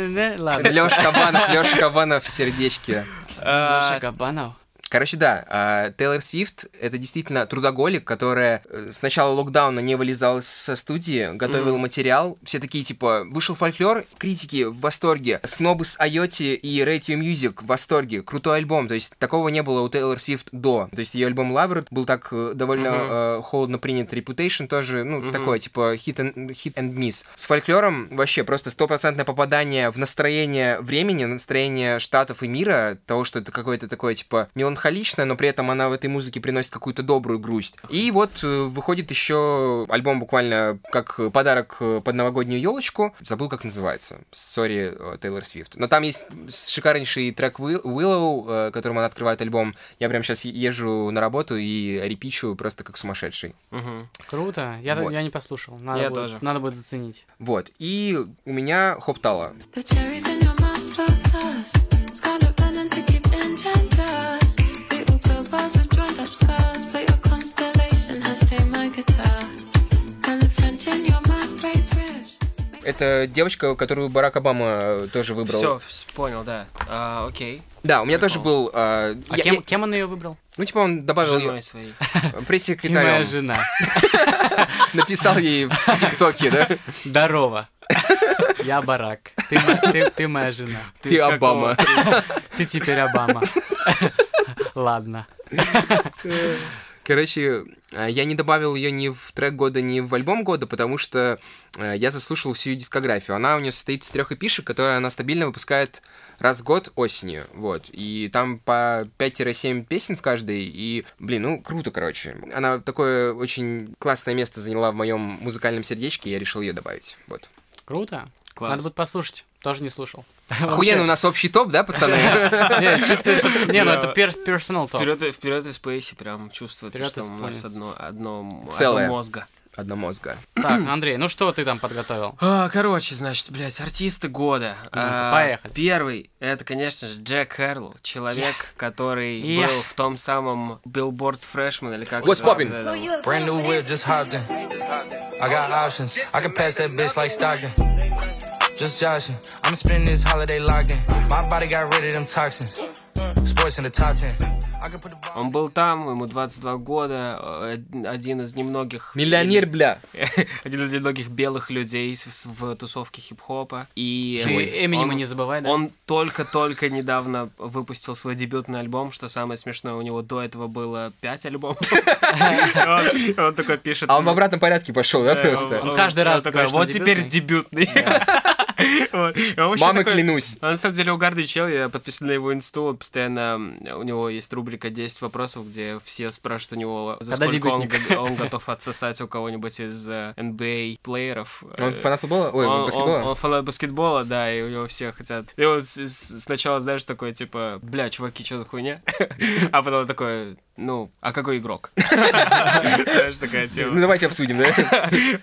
S1: Бит.
S2: Да, Ладно.
S1: Леша Кабанов, Леша Кабанов в сердечке.
S2: Лёша Кабанов.
S1: Короче, да, а, Тейлор Свифт — это действительно трудоголик, которая э, с начала локдауна не вылезала со студии, готовила
S3: Мгм.
S1: материал. Все такие, типа, вышел фольклор, критики в восторге, снобы с Айоти и Radio Music в восторге, крутой альбом. То есть такого не было у Тейлор Свифт до. То есть ее альбом Lover был так э, довольно
S3: Мгм.
S1: э, холодно принят, Reputation тоже, ну,
S3: Мгм.
S1: такое, типа, hit and, hit and miss. С фольклором вообще просто стопроцентное попадание в настроение времени, настроение штатов и мира, того, что это какое-то такое, типа, меланхоличное, но при этом она в этой музыке приносит какую-то добрую грусть. И вот э, выходит еще альбом буквально как подарок э, под новогоднюю елочку. Забыл, как называется. Сори, Тейлор Свифт. Но там есть шикарнейший трек Will- Willow, э, которым она открывает альбом. Я прям сейчас езжу на работу и репичу просто как сумасшедший.
S2: Круто. Я,
S1: Вот.
S2: я не послушал. Надо
S1: Я
S2: будет,
S1: тоже.
S2: Надо будет заценить.
S1: Вот. И у меня Хоптала.
S4: The cherries in your mouth close us. Scarlet venom to keep enchant us. We will build walls with joined up scars. Play your constellation has tamed my guitar. And the French in your mouth raise ribs.
S1: Это девочка, которую Барак Обама э, тоже выбрал.
S3: Все, понял, да. А, окей.
S1: Да, у меня тоже был... э,
S2: А
S1: я-
S2: кем,
S1: я-
S2: кем он ее выбрал?
S1: Ну, типа, он добавил
S3: Женой
S1: её-
S3: своей.
S1: Пресс-секретарем.
S2: Ты моя жена.
S1: Написал ей в ТикТоке, да?
S2: Здорово. Я Барак. Ты, мо- ты- ты моя жена.
S1: Ты Ты из какого Обама.
S2: Ты, ты теперь Обама. Ладно.
S1: Короче, э, я не добавил ее ни в трек года, ни в альбом года, потому что э, я заслушал всю ее дискографию. Она у нее состоит из трех эпишек, которые она стабильно выпускает раз в год осенью. Вот. И там по 5-7 песен в каждой. И, блин, ну, круто, короче. Она такое очень классное место заняла в моем музыкальном сердечке, и я решил ее добавить. Вот.
S2: Круто. Надо будет послушать. Тоже не слушал.
S1: Охуенно, у нас общий топ, да, пацаны?
S2: Нет, чувствуется... Не, ну это перс- personal топ.
S3: Вперед, и- вперед из Спейси прям чувствуется,
S2: Вперед
S3: что
S2: из
S3: у нас
S2: Space.
S3: одно, одно,
S1: Целое.
S3: одно мозга.
S1: Одно мозга.
S2: Так, Андрей, ну что ты там подготовил?
S3: А, короче, значит, блядь, артисты года.
S2: Ну-ка,
S3: А,
S2: Ну, поехали.
S3: Первый, это, конечно же, Джек Херлоу, человек, который
S2: Я.
S3: был в том самом Billboard Freshman, или как...
S5: What's
S3: это
S5: poppin'?
S3: называется?
S5: Brand new whip, just hopped in. I got options. I can pass that bitch like Stockton. Just joshing. I'm spending this holiday locked in. My body got rid of them toxins. Sports in the top 10. I can put the
S3: Он был там, ему 22 года, э, один из немногих...
S1: Миллионер, бля.
S3: Один из немногих белых людей с- с- в тусовке хип-хопа. И
S2: Живой. Ты Эминема
S3: он-
S2: не забывай, да?
S3: Он только-только недавно выпустил свой дебютный альбом, что самое смешное, у него до этого было 5 альбомов. Он- Он такой пишет...
S1: А он в обратном порядке пошел, да,
S3: э,
S1: просто?
S3: такой, вот теперь дебютный. Вот. И он вообще
S1: Мамы
S3: такой-
S1: клянусь.
S3: он, На самом деле, угарный чел, я подписан на его инсту, он постоянно... У него есть рубрика «10 вопросов», где все спрашивают у него, за
S1: Когда
S3: сколько он,
S1: дебютник?
S3: го- он готов отсосать у кого-нибудь из э, NBA-плееров.
S1: Он фанат футбола? Ой, баскетбола?
S3: Э, А, Он, фанат баскетбола, да, и у него все хотят... И он с- с- сначала, знаешь, такой, типа, бля, чуваки, что за хуйня? А потом такой, ну, а какой игрок? Знаешь, такая тема.
S1: Ну, давайте обсудим, да?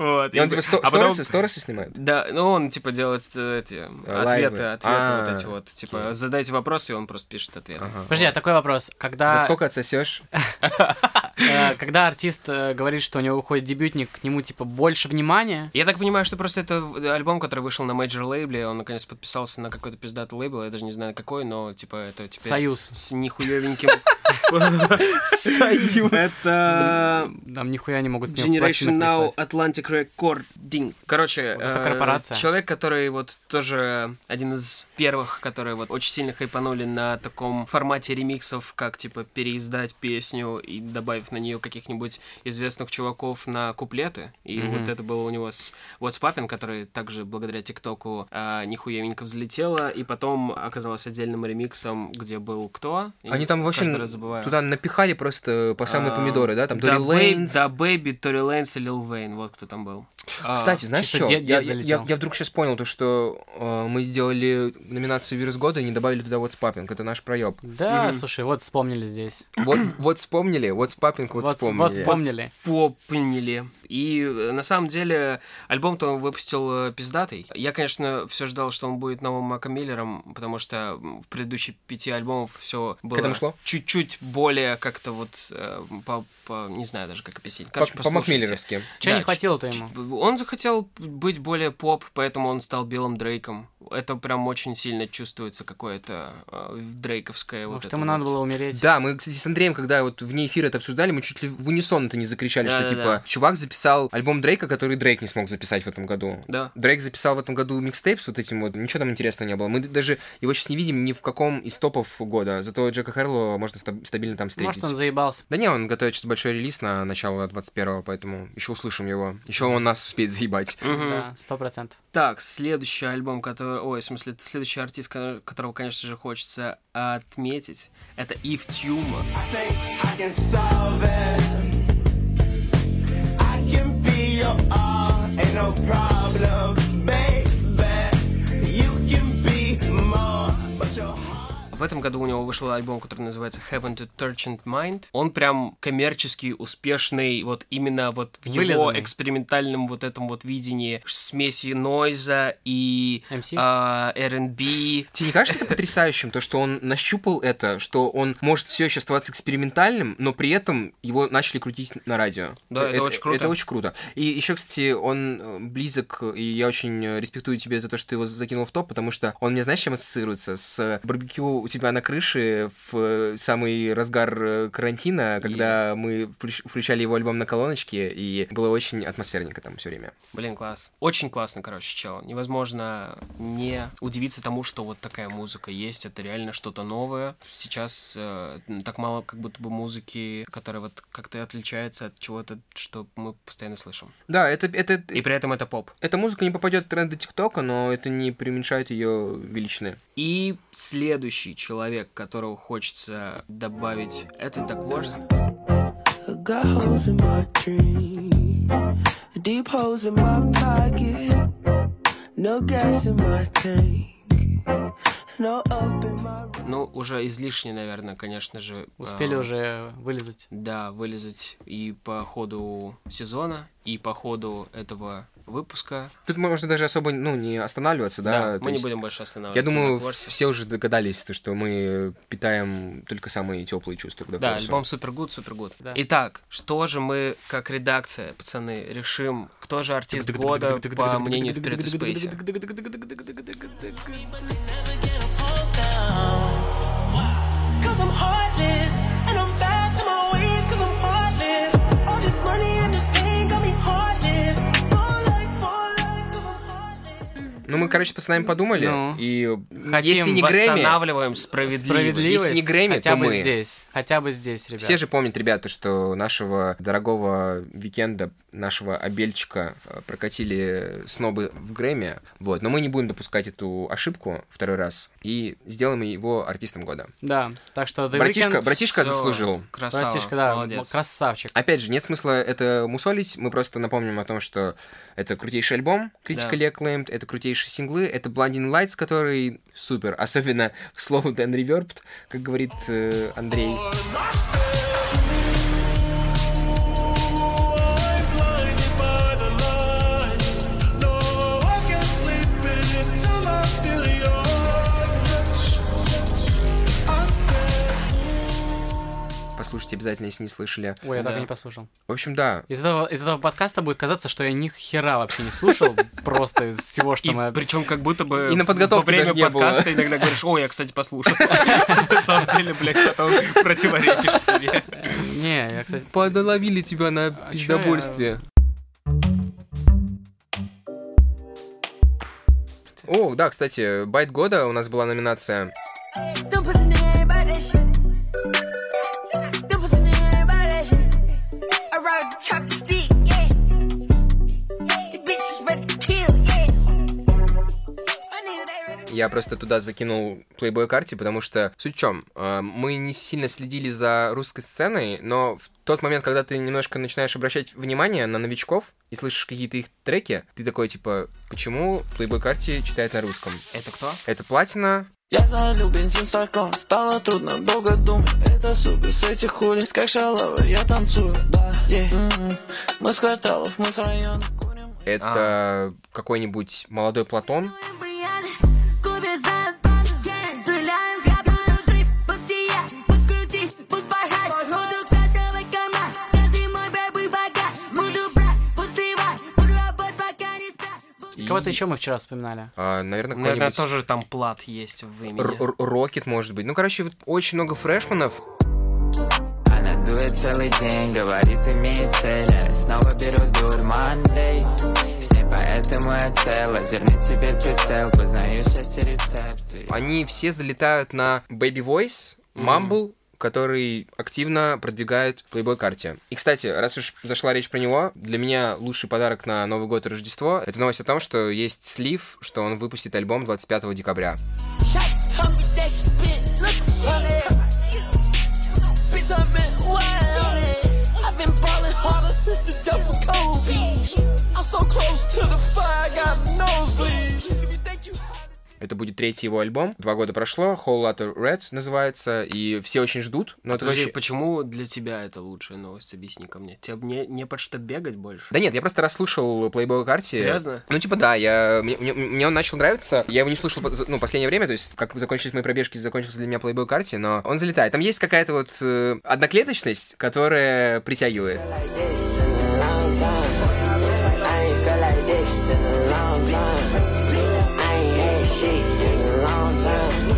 S3: Вот.
S1: И он типа сто-
S3: а потом-
S1: сторисы сторисы снимает?
S3: Да, ну он типа делает э, эти
S1: лайвы.
S3: ответы, ответы
S1: А,
S3: вот эти вот, типа задайте вопрос и он просто пишет ответы.
S2: Подожди, а такой вопрос. Когда...
S1: За сколько отсосешь?
S2: Э, Когда артист э, говорит, что у него уходит дебютник, к нему типа больше внимания.
S3: Я так понимаю, что просто это в- э, альбом, который вышел на мейджор лейбле, он наконец подписался на какой-то пиздатый лейбл, я даже не знаю на какой, но типа это теперь...
S2: Союз.
S3: С нихуевеньким...
S2: Союз.
S3: Это...
S2: Там нихуя не могут с него
S3: Generation
S2: пластинок
S3: Now
S2: прислать.
S3: Atlantic Recording. Короче,
S2: это
S3: э,
S2: корпорация.
S3: человек, который вот тоже один из первых, которые вот очень сильно хайпанули на таком формате ремиксов, как типа переиздать песню и добавив на нее каких-нибудь известных чуваков на куплеты. И
S1: Мгм.
S3: вот это было у него с What's Poppin', который также благодаря ТикТоку э, нихуевенько взлетело, и потом оказалось отдельным ремиксом, где был кто? Я
S1: Они там вообще
S3: каждый
S1: н-
S3: раз забываю.
S1: туда напихали просто по самые
S3: А,
S1: помидоры, да? Там Тори
S3: да, Бэйб-
S1: Лейнс.
S3: Да, Бэйби, Тори Лейнс и Лил Вейн, вот кто там был. А,
S1: Кстати, знаешь что? я, я- я- я вдруг сейчас понял то, что э, мы сделали номинацию «Вирус года» и не добавили туда «What's Popping». Это наш проеб.
S2: Да, слушай, вот вспомнили здесь.
S1: Вот, вот вспомнили, вот Popping, вот
S2: Вот-
S1: вспомнили.
S2: вот вспомнили.
S3: Попнили. И э, на самом деле альбом-то он выпустил э, пиздатый. Я, конечно, все ждал, что он будет новым Маком Миллером, потому что м, в предыдущие пяти альбомов все было
S1: этому шло?
S3: чуть-чуть более как-то вот э, по, по- не знаю даже как объяснить. Короче,
S1: по
S3: послушайте.
S1: Макмиллеровски.
S2: Чё не
S3: ч-
S2: хватило-то
S3: ч-
S2: ему?
S3: Типа, Он захотел быть более поп, поэтому он стал Биллом Дрейком. Это прям очень сильно чувствуется какое-то э, дрейковское вот это вот.
S2: было умереть.
S1: Да, мы, кстати, с Андреем, когда вот вне эфира это обсуждали, мы чуть ли в унисон это не закричали, что
S3: Да-да-да.
S1: типа чувак записал альбом Дрейка, который Дрейк не смог записать в этом году.
S3: Да.
S1: Дрейк записал в этом году микстейп с вот этим вот, ничего там интересного не было. Мы даже его сейчас не видим ни в каком из топов года, зато Джека Херло можно ста- стабильно там встретить.
S2: Может, он заебался.
S1: Да не, он готовит сейчас большой релиз на начало 21-го, поэтому еще услышим его. Еще он нас успеет заебать.
S2: Да, сто процентов.
S3: Так, следующий альбом, который... Ой, в смысле, следующий артист, ко- которого, конечно же, хочется отметить, это Ив Тьюма.
S6: I can solve it. I can be your all, ain't no problem, baby. You can be more, but your
S3: В этом году у него вышел альбом, который называется Heaven to Turchant Mind. Он прям коммерчески успешный, вот именно вот в его
S2: Вылизанный.
S3: экспериментальном вот этом вот видении смеси нойза и
S1: MC?
S3: а, R&B.
S1: Тебе не кажется это потрясающим, то, что он нащупал это, что он может все еще оставаться экспериментальным, но при этом его начали крутить на радио?
S3: Да, это очень круто.
S1: Это очень круто. И еще, кстати, он э, близок, и я очень э, респектую тебе за то, что ты его закинул в топ, потому что он мне, знаешь, с чем ассоциируется? С барбекю у тебя на крыше в э, самый разгар э, карантина, когда мы включ- включали его альбом на колоночке, и было очень атмосферненько там все время.
S3: Блин, класс. Очень классно, короче, чел. Невозможно не удивиться тому, что вот такая музыка есть. Это реально что-то новое. Сейчас э, так мало как будто бы музыки, которая вот как-то отличается от чего-то, что мы постоянно слышим.
S1: Да, это, это...
S3: И при этом это поп.
S1: Эта музыка не попадет в тренды ТикТока, но это не преуменьшает ее величины.
S3: И следующий человек, которого хочется добавить, это Duckworth.
S6: I got holes in my dream, deep holes in my pocket. No gas in my tank. No up in my
S3: Ну, уже излишне, наверное, конечно же.
S2: Успели
S3: а,
S2: уже вылезать.
S3: Да, вылезать и по ходу сезона, и по ходу этого выпуска.
S1: Тут можно даже особо ну, не останавливаться, да?
S3: Да,
S1: то
S3: мы не
S1: есть
S3: будем больше останавливаться
S1: Я
S3: на
S1: думаю,
S3: Кворсе.
S1: все уже догадались, то, что мы питаем только самые теплые чувства. к
S3: Да,
S1: Кворсу.
S3: альбом Супергуд, Супергуд.
S1: Да.
S3: Итак, что же мы, как редакция, пацаны, решим, кто же артист года, по мнению Spirit Space?
S6: Cause I'm heartless, and I'm bad to my ways, cause I'm heartless. All this money and this pain got me heartless. All life, all life.
S1: Ну, мы, короче, пацанами подумали.
S2: Ну.
S1: и
S2: Хотим,
S1: если не Грэмми...
S2: восстанавливаем справедливость. Справедливость
S1: Если не Грэмми,
S2: хотя
S1: то
S2: бы
S1: мы.
S2: здесь, хотя бы здесь, ребят.
S1: Все же помнят, ребята, что нашего дорогого Викенда, нашего Обельчика э, прокатили снобы в Грэмми. Вот. Но мы не будем допускать эту ошибку второй раз и сделаем его артистом года.
S2: Да, так что The
S1: братишка,
S2: Weeknd-
S1: братишка
S2: Всё.
S1: заслужил.
S2: Братишка, да, м- красавчик.
S1: Опять же, нет смысла это мусолить. Мы просто напомним о том, что это крутейший альбом, critically acclaimed, это крутейшие синглы, это Blinding Lights, который супер. Особенно к слову Dan Reverbed, как говорит э, Андрей.
S6: blinded by the lights. No, I can't sleep until I feel your touch. I said,
S1: Послушайте обязательно, если не слышали.
S2: Ой, я так и не послушал.
S1: В общем, да.
S2: Из этого, из этого подкаста будет казаться, что я ни хера вообще не слушал, просто из всего, что мы...
S3: Причем как будто бы
S2: И на
S3: в-
S2: подготовке
S3: во время
S2: даже не было.
S3: подкаста иногда говоришь, о, я, кстати, послушал. На самом деле, блядь, потом противоречишь себе.
S2: Не, я, кстати... А
S1: Подловили тебя на
S2: чё я-
S1: пиздобольстве. О, да, кстати, Байт года у нас была номинация.
S6: Don't pussy in everybody that shit. Don't pussy in everybody that shit. I ride the chocolate stick, yeah. The bitch is ready to kill, yeah. My nigga, they ready
S1: Я просто туда закинул плейбой карте, потому что суть в чем, э, мы не сильно следили за русской сценой, но в тот момент, когда ты немножко начинаешь обращать внимание на новичков и слышишь какие-то их треки, ты такой типа, почему плейбой карте читает на русском?
S3: Это кто?
S1: Это платина,
S6: Я залюбен синсаком, стало трудно долго думать Это супер с этих улиц, как шалава, я танцую, да, е. М-м. Мы с кварталов, мы с района
S1: это какой-нибудь молодой Платон,
S6: Стреляем грабим внутри, под сия, под крути, под богат Буду красивый карман, каждый мой брат будет богат Буду брать, буду сливать, буду работать, пока не стать
S2: Кого-то еще мы вчера вспоминали.
S1: а, наверное,
S3: Наверное,
S1: какой-нибудь...
S3: Ну, тоже там плат есть в имени.
S1: Р- Р- Рокет, может быть. Ну, короче, вот очень много фрешманов.
S8: Она дует целый день, говорит, имеет цели Снова беру дур Monday С ней поэтому я цела Зерни теперь прицел, познаю счастье рецепт
S1: Они все залетают на Baby Voice, Mumble, который активно продвигает в Playboy карте. И, кстати, раз уж зашла речь про него, для меня лучший подарок на Новый год и Рождество — это новость о том, что есть слив, что он выпустит альбом 25 декабря.
S6: Shot top with that spit, look at Bitch, I've been wild. I've been ballin' harder since the double cold. I'm so close to the fire, got nosebleeds.
S1: Это будет третий его альбом. Два года прошло, Whole Lotta Red называется, и все очень ждут. Но это
S3: Подожди,
S1: вообще-
S3: почему для тебя это лучшая новость? Объясни ко мне. Тебе не, не под что бегать больше?
S1: Да нет, я просто расслушал Playboy карте.
S3: Серьезно?
S1: Ну, типа, да, я, мне, мне- мне он начал нравиться. Я его не слушал по- за- ну, последнее время, то есть, как закончились мои пробежки, закончился для меня Playboy карте, но он залетает. Там есть какая-то вот э, одноклеточность, которая притягивает.
S6: This in a long time. I ain't felt like this in a long time. I ain't had shit in a long time.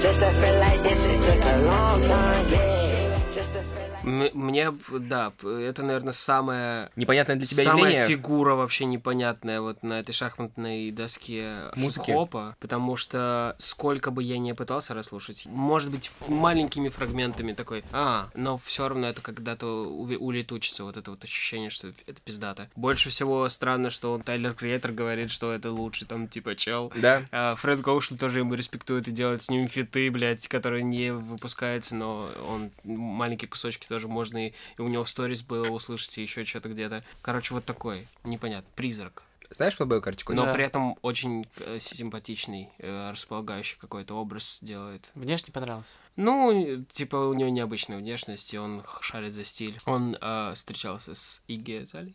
S6: Just to feel like this, it took a long time. Yeah. Just to feel
S3: М- Мне, б- да, п- это, наверное, самое...
S1: Непонятное для тебя
S3: Самая
S1: явление.
S3: фигура вообще непонятная вот на этой шахматной доске
S1: Музыки.
S3: хопа, потому что сколько бы я ни пытался расслушать, может быть, ф- маленькими фрагментами такой, а, но все равно это когда-то уве- улетучится, вот это вот ощущение, что это пиздато. Больше всего странно, что он, Тайлер Креатор говорит, что это лучше, там, типа, чел.
S1: Да.
S3: А Фред Гоушн тоже ему респектует и делает с ним фиты, блядь, которые не выпускаются, но он маленькие кусочки тоже можно и, и у него в сторис было услышать и еще что-то где-то. Короче, вот такой, непонятно, призрак.
S1: Знаешь плейбой картику?
S3: Но при этом очень э, симпатичный, э, располагающий какой-то образ делает.
S2: Внешне понравился.
S3: Ну, типа, у него необычная внешность, и он х- шарит за стиль. Он э, встречался с Игги Азалией.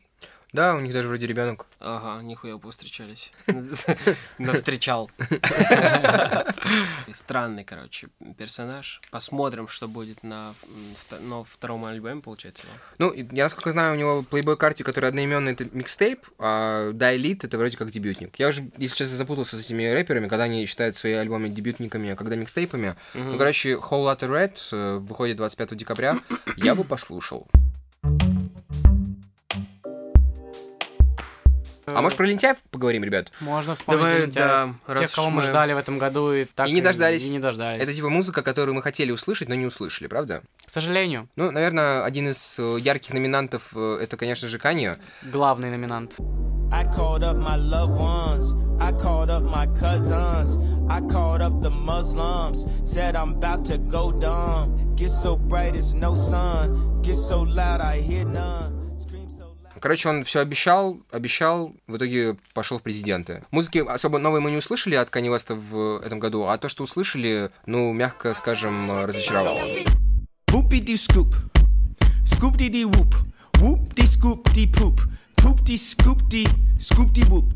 S1: Да, у них даже вроде ребенок.
S3: Ага, нихуя повстречались. Навстречал. Странный, короче, персонаж. Посмотрим, что будет на м, вто- но втором альбоме, получается. его.
S1: Ну, и я насколько знаю, у него Playboy карте, который одноименный, это микстейп, а Die Elite это вроде как дебютник. Я уже, если честно, запутался с этими рэперами, когда они считают свои альбомы дебютниками, а когда микстейпами.
S3: Мгм.
S1: Ну, короче, Whole Lotta Red э, выходит 25 декабря. Я бы послушал. А может про лентяев поговорим, ребят?
S2: Можно вспомнить лентяев. тех, кого мы ждали в этом году и так
S1: И не
S2: и-
S1: дождались.
S2: и не дождались.
S1: Это типа музыка, которую мы хотели услышать, но не услышали, правда?
S2: К сожалению.
S1: Ну, наверное, один из э, ярких номинантов э, это, конечно же, Канье.
S2: Главный номинант.
S9: I called up my loved ones. I called up my cousins. I called up the Muslims. Said I'm about to go dumb. Get so bright, it's no sun. Get so loud, I hear none.
S1: Короче, он все обещал, обещал, в итоге пошел в президенты. Музыки особо новой мы не услышали от Kanye West в этом году, а то, что услышали, ну, мягко скажем, э, разочаровало.
S6: Boopy doo scoop, scoop dee dee whoop, whoop dee scoop dee poop, poop dee scoop dee, scoop dee whoop,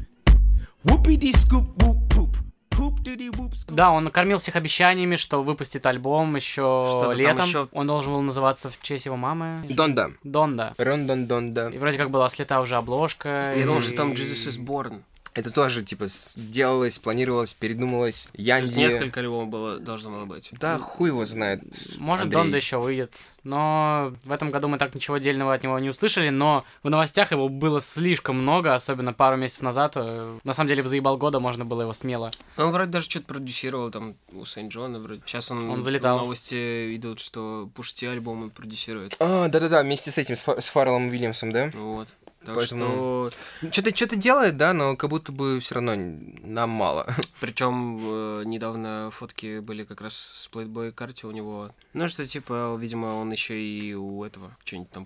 S6: whoopy dee scoop whoop poop, poop doo dee whoop.
S2: Да, он накормил всех обещаниями, что выпустит альбом
S1: Что-то там
S2: еще летом.
S1: ещё.
S2: Он должен был называться в честь его мамы.
S1: Донда.
S2: Донда.
S1: Рондон Донда.
S2: И вроде как была слета уже обложка.
S1: Я думал,
S2: и-
S1: что ну, там
S3: Jesus is born.
S1: Это тоже, типа, сделалось, планировалось, передумалось.
S3: То есть
S1: Янди...
S3: несколько альбомов было, должно было быть.
S1: Да, хуй его знает.
S2: Может,
S1: Андрей.
S2: Донда еще выйдет. Но в этом году мы так ничего дельного от него не услышали, но в новостях его было слишком много, особенно пару месяцев назад. Э, На самом деле, в заебал года можно было его смело.
S3: Ну, Он вроде даже что-то продюсировал там у Сент Джона. Вроде. Сейчас он,
S2: Он залетал.
S3: новости идут, что пушти альбомы продюсирует.
S1: А, да-да-да, вместе с этим, с, Фа- с Фарреллом Уильямсом, да?
S3: Вот. Так
S1: Что-то, что-то делает, да, но как будто бы все равно нам мало.
S3: Причем э, недавно фотки были как раз с Playboy карте у него. Ну что, типа, видимо, он еще и у этого что-нибудь там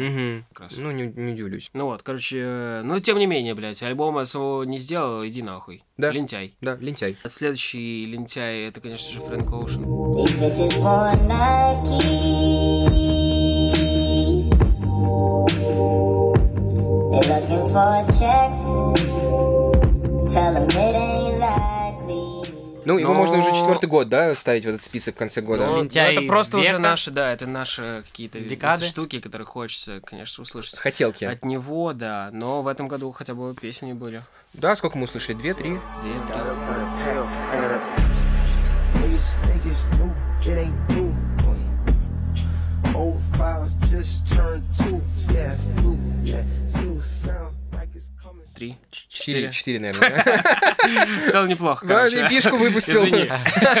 S1: Мгм.
S3: Как раз.
S1: Ну, не, не удивлюсь.
S3: Ну вот, короче, э, ну тем не менее, блядь, альбома своего не сделал, иди нахуй.
S1: Да.
S3: Лентяй.
S1: Да, лентяй.
S3: Следующий лентяй, это, конечно же, Фрэнк Оушен.
S22: These bitches want Nike. They looking for a check. Tell them it ain't likely.
S1: Ну, его
S3: Но-
S1: можно уже четвертый год, да, ставить в этот список в конце года.
S3: Ну, это просто уже наши, да, это наши какие-то
S1: Декады.
S3: штуки, которые хочется, конечно, услышать.
S1: Хотелки.
S3: От него, да, но в этом году хотя бы песни были.
S1: Да, сколько мы услышали? Две, три?
S23: Niggas, niggas new, it ain't new. Old files just turned two, yeah, flu, yeah. Still sound like it's coming.
S3: Три.
S1: Четыре, четыре, наверное,
S3: В целом неплохо,
S1: Да,
S3: короче.
S1: и фишку выпустил.
S3: Извини.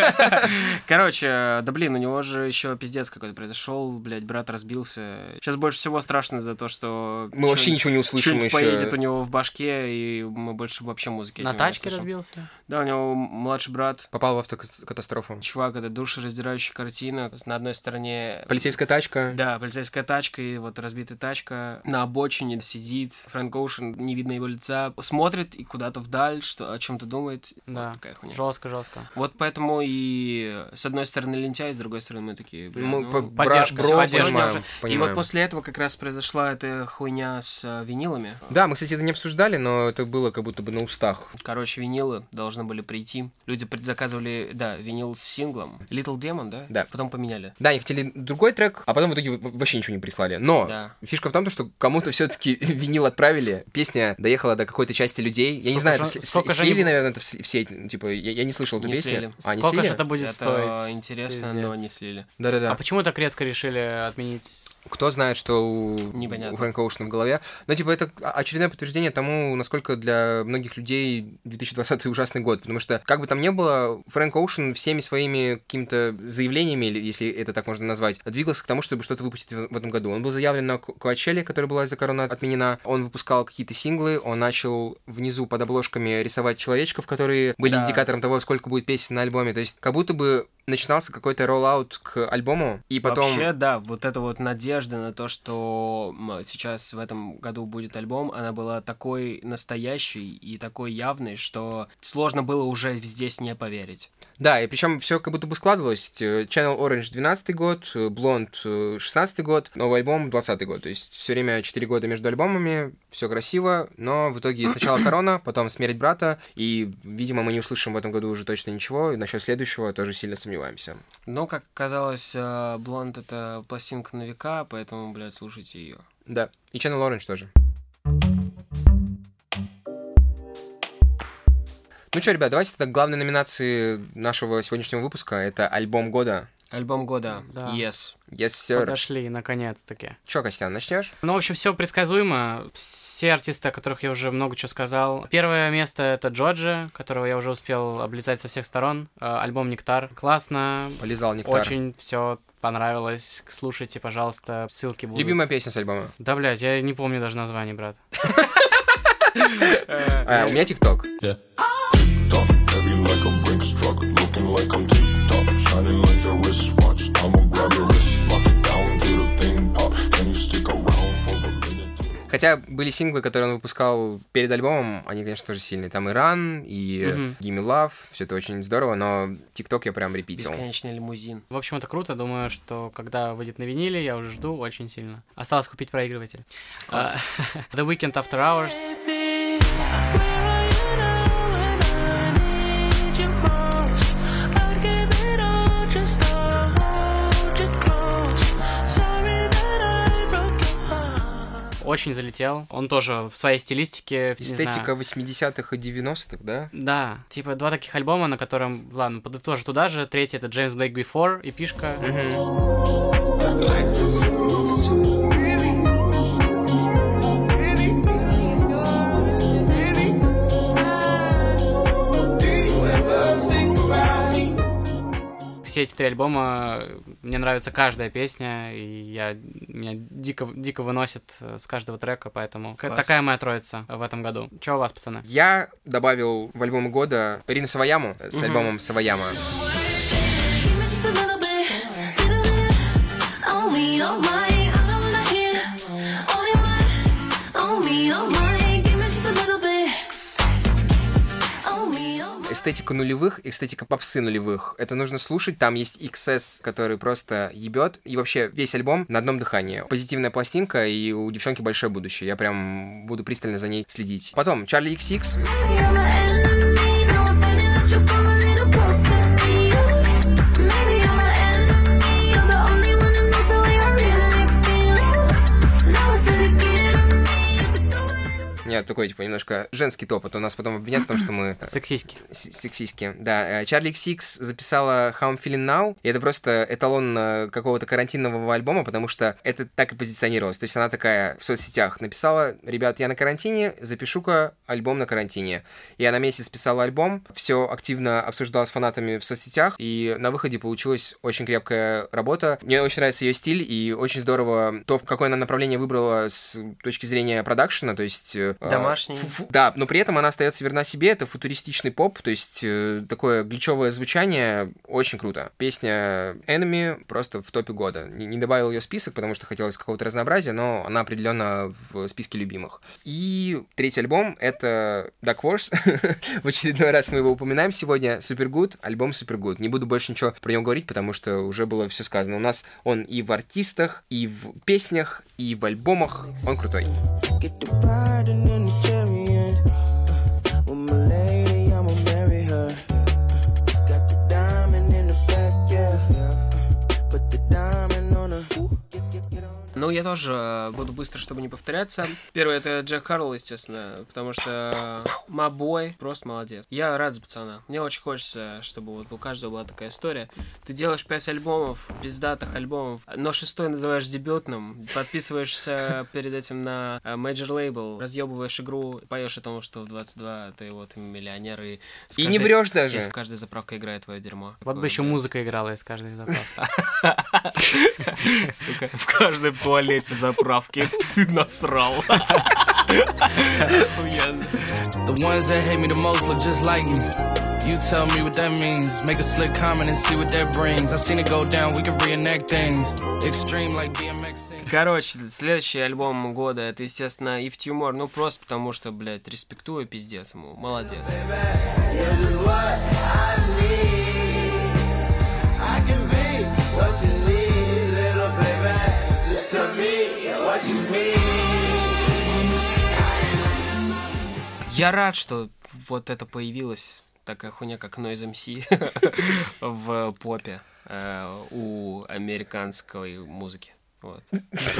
S3: Короче, э, да блин, у него же еще пиздец какой-то произошел, блядь, брат разбился. Сейчас больше всего страшно за то, что...
S1: Мы вообще
S3: чё-
S1: ничего не услышим
S3: чё-нибудь
S1: ещё.
S3: поедет у него в башке, и мы больше вообще музыки от
S2: На
S3: него не
S2: тачке
S3: услышим.
S2: разбился.
S3: Да, у него младший брат.
S1: Попал в автокатастрофу.
S3: Чувак, это душераздирающая картина. На одной стороне...
S1: Полицейская тачка.
S3: Да, полицейская тачка и вот разбитая тачка. На обочине сидит Фрэнк Оушен, не видно его лица. Смотрит и куда-то вдаль, что, о чем-то думает.
S2: Да. Жестко, жестко.
S3: Вот поэтому и с одной стороны лентяй, с другой стороны мы такие... бля,
S1: Мы
S3: ну,
S1: по- бра- Поддержка, бро,
S3: сегодня
S1: понимаем,
S3: уже. И
S1: понимаем.
S3: вот после этого как раз произошла эта хуйня с э, винилами.
S1: Да, мы, кстати, это не обсуждали, но это было как будто бы на устах.
S3: Короче, винилы должны были прийти. Люди предзаказывали, да, винил с синглом. Little Demon, да?
S1: Да.
S3: Потом поменяли.
S1: Да, они хотели другой трек, а потом в итоге в- вообще ничего не прислали. Но
S3: Да.
S1: фишка в том, то, что кому-то все-таки винил отправили, песня доехала до какой-то части людей. я не
S2: Сколько
S1: знаю,
S2: же-
S1: это с-
S2: сколько
S1: с-
S2: же
S1: слили,
S2: они-
S1: наверное, это в с- в сеть. ну, Типа, я, я не слышал эту
S3: Не
S1: песню.
S3: слили.
S1: А, не
S2: Сколько
S1: слили?
S2: же это будет
S3: Это
S2: стоить?
S3: интересно,
S2: Пиздец.
S3: но не слили.
S1: Да-да-да.
S2: А почему так резко решили отменить?
S1: Кто знает, что у,
S3: Непонятно.
S1: у Фрэнка Оушена в голове. Но, типа, это очередное подтверждение тому, насколько для многих людей 2020 ужасный год. Потому что, как бы там ни было, Фрэнк Оушен всеми своими какими-то заявлениями, или если это так можно назвать, двигался к тому, чтобы что-то выпустить в в этом году. Он был заявлен на Куачеле, которая была из-за короны отменена. Он выпускал какие-то синглы, он начал внизу под обложками рисовать человечков, которые были
S3: Да.
S1: индикатором того, сколько будет песен на альбоме. То есть, как будто бы начинался какой-то роллаут к альбому, и потом...
S3: Вообще, да, вот эта вот надежда на то, что м, сейчас в этом году будет альбом, она была такой настоящей и такой явной, что сложно было уже здесь не поверить.
S1: Да, и причем все как будто бы складывалось. Э, Channel Orange 12 год, э, Blonde э, 16 год, новый альбом 20 год. То есть все время 4 года между альбомами, все красиво, но в итоге сначала корона, потом смерть брата, и, видимо, мы не услышим в этом году уже точно ничего, и насчет следующего тоже сильно сомневаемся.
S3: Но, как казалось, э, Блонд — это пластинка на века, поэтому, блядь, слушайте ее.
S1: Да, и Channel Orange тоже. Ну что, ребят, давайте тогда к главной номинации нашего сегодняшнего выпуска. Это альбом года.
S3: Альбом года.
S2: Да.
S3: Yes.
S1: Yes, sir.
S2: Подошли, наконец-таки.
S1: Че, Костян, начнешь?
S2: Ну, в общем, все предсказуемо. Все артисты, о которых я уже много чего сказал. Первое место это Джорджи, которого я уже успел облизать со всех сторон. Э, Альбом Нектар. Классно.
S1: Полизал нектар.
S2: Очень все понравилось. Слушайте, пожалуйста, ссылки будут.
S1: Любимая песня с альбома.
S2: Да, блядь, я не помню даже название, брат.
S1: А, у меня ТикТок.
S7: Tick-tock, heavy like a Brinks truck, looking like I'm TikTok, shining like your wristwatch. I'ma grab your wrist, lock it down till the thing pop. Can you stick around for a minute?
S1: Хотя были синглы, которые он выпускал перед альбомом, они, конечно, тоже сильные. Там Иран и э,
S2: Мгм.
S1: Gimme Love, все это очень здорово, но ТикТок я прям репитил.
S3: Бесконечный лимузин.
S2: В общем, это круто. Думаю, что когда выйдет на виниле, я уже жду очень сильно. Осталось купить проигрыватель.
S3: Класс.
S2: А, The Weekend After Hours. Очень залетел. Он тоже в своей стилистике. не знаю,
S1: Эстетика 80-х и 90-х, да?
S2: Да, типа два таких альбома, на котором, ладно, подытожу туда же. Третий это James Blake Before и пишка. Все эти три альбома, мне нравится каждая песня, и я, меня дико, дико выносит э, с каждого трека, поэтому к-
S1: Класс.
S2: такая моя троица в этом году. Че у вас, пацаны?
S1: Я добавил в альбом года Рину Саваяму с
S2: Мгм.
S1: альбомом Саваяма. Эстетика нулевых, эстетика попсы нулевых. Это нужно слушать. Там есть XS, который просто ебет. И вообще весь альбом на одном дыхании. Позитивная пластинка, и у девчонки большое будущее. Я прям буду пристально за ней следить. Потом Charlie XX. У меня такой, типа, немножко женский топот. У нас потом обвинят в том, что мы...
S2: Сексиськи.
S1: Сексиськи, да. Э, Чарли Сикс записала How I'm Feeling Now, и это просто эталон э, какого-то карантинного альбома, потому что это так и позиционировалось. То есть она такая в соцсетях написала, ребят, я на карантине, запишу-ка альбом на карантине. И она месяц писала альбом, все активно обсуждала с фанатами в соцсетях, и на выходе получилась очень крепкая работа. Мне очень нравится ее стиль, и очень здорово то, в какое она направление выбрала с точки зрения продакшена, то есть... э,
S3: Домашний.
S1: фу- фу- Да, но при этом она остается верна себе, это футуристичный поп, то есть э, такое гличевое звучание, очень круто. Песня Enemy просто в топе года. Не, не добавил ее в список, потому что хотелось какого-то разнообразия, но она определенно в списке любимых. И третий альбом — это Duck Wars. в очередной раз мы его упоминаем сегодня. Супергуд, альбом Супергуд. Не буду больше ничего про него говорить, потому что уже было все сказано. У нас он и в артистах, и в песнях, и в альбомах. Он крутой.
S6: Get the pardon and the cherry in. Uh, With my lady, I'ma marry her. Uh, Got the diamond in the back, yeah. Uh, Put the diamond on her.
S3: Ну, я тоже э, буду быстро, чтобы не повторяться. Первое, это Джек Харл, естественно, потому что мабой просто молодец. Я рад за пацана. Мне очень хочется, чтобы вот у каждого была такая история. Ты делаешь пять альбомов, пиздатых альбомов, но шестой называешь дебютным, подписываешься перед этим на э, major label, разъебываешь игру, поешь о том, что в 22 ты вот миллионер и... с
S1: И не врёшь даже.
S3: И с каждой заправкой играет твое дерьмо.
S2: Вот бы еще музыка играла из каждой заправки.
S3: Сука, в каждом туалете заправки ты насрал.
S10: The ones that hate me the most look just like me. You tell me what that means. Make a slick comment and see what that brings. I've seen it go down, we can reenact things. Extreme like DMX.
S3: Короче, следующий альбом года это, естественно, If Тимур. Ну просто потому что, блядь, респектую, пиздец ему. Молодец. Я рад, что вот это появилось такая хуйня, как Noise MC в попе э, у американской музыки. Вот.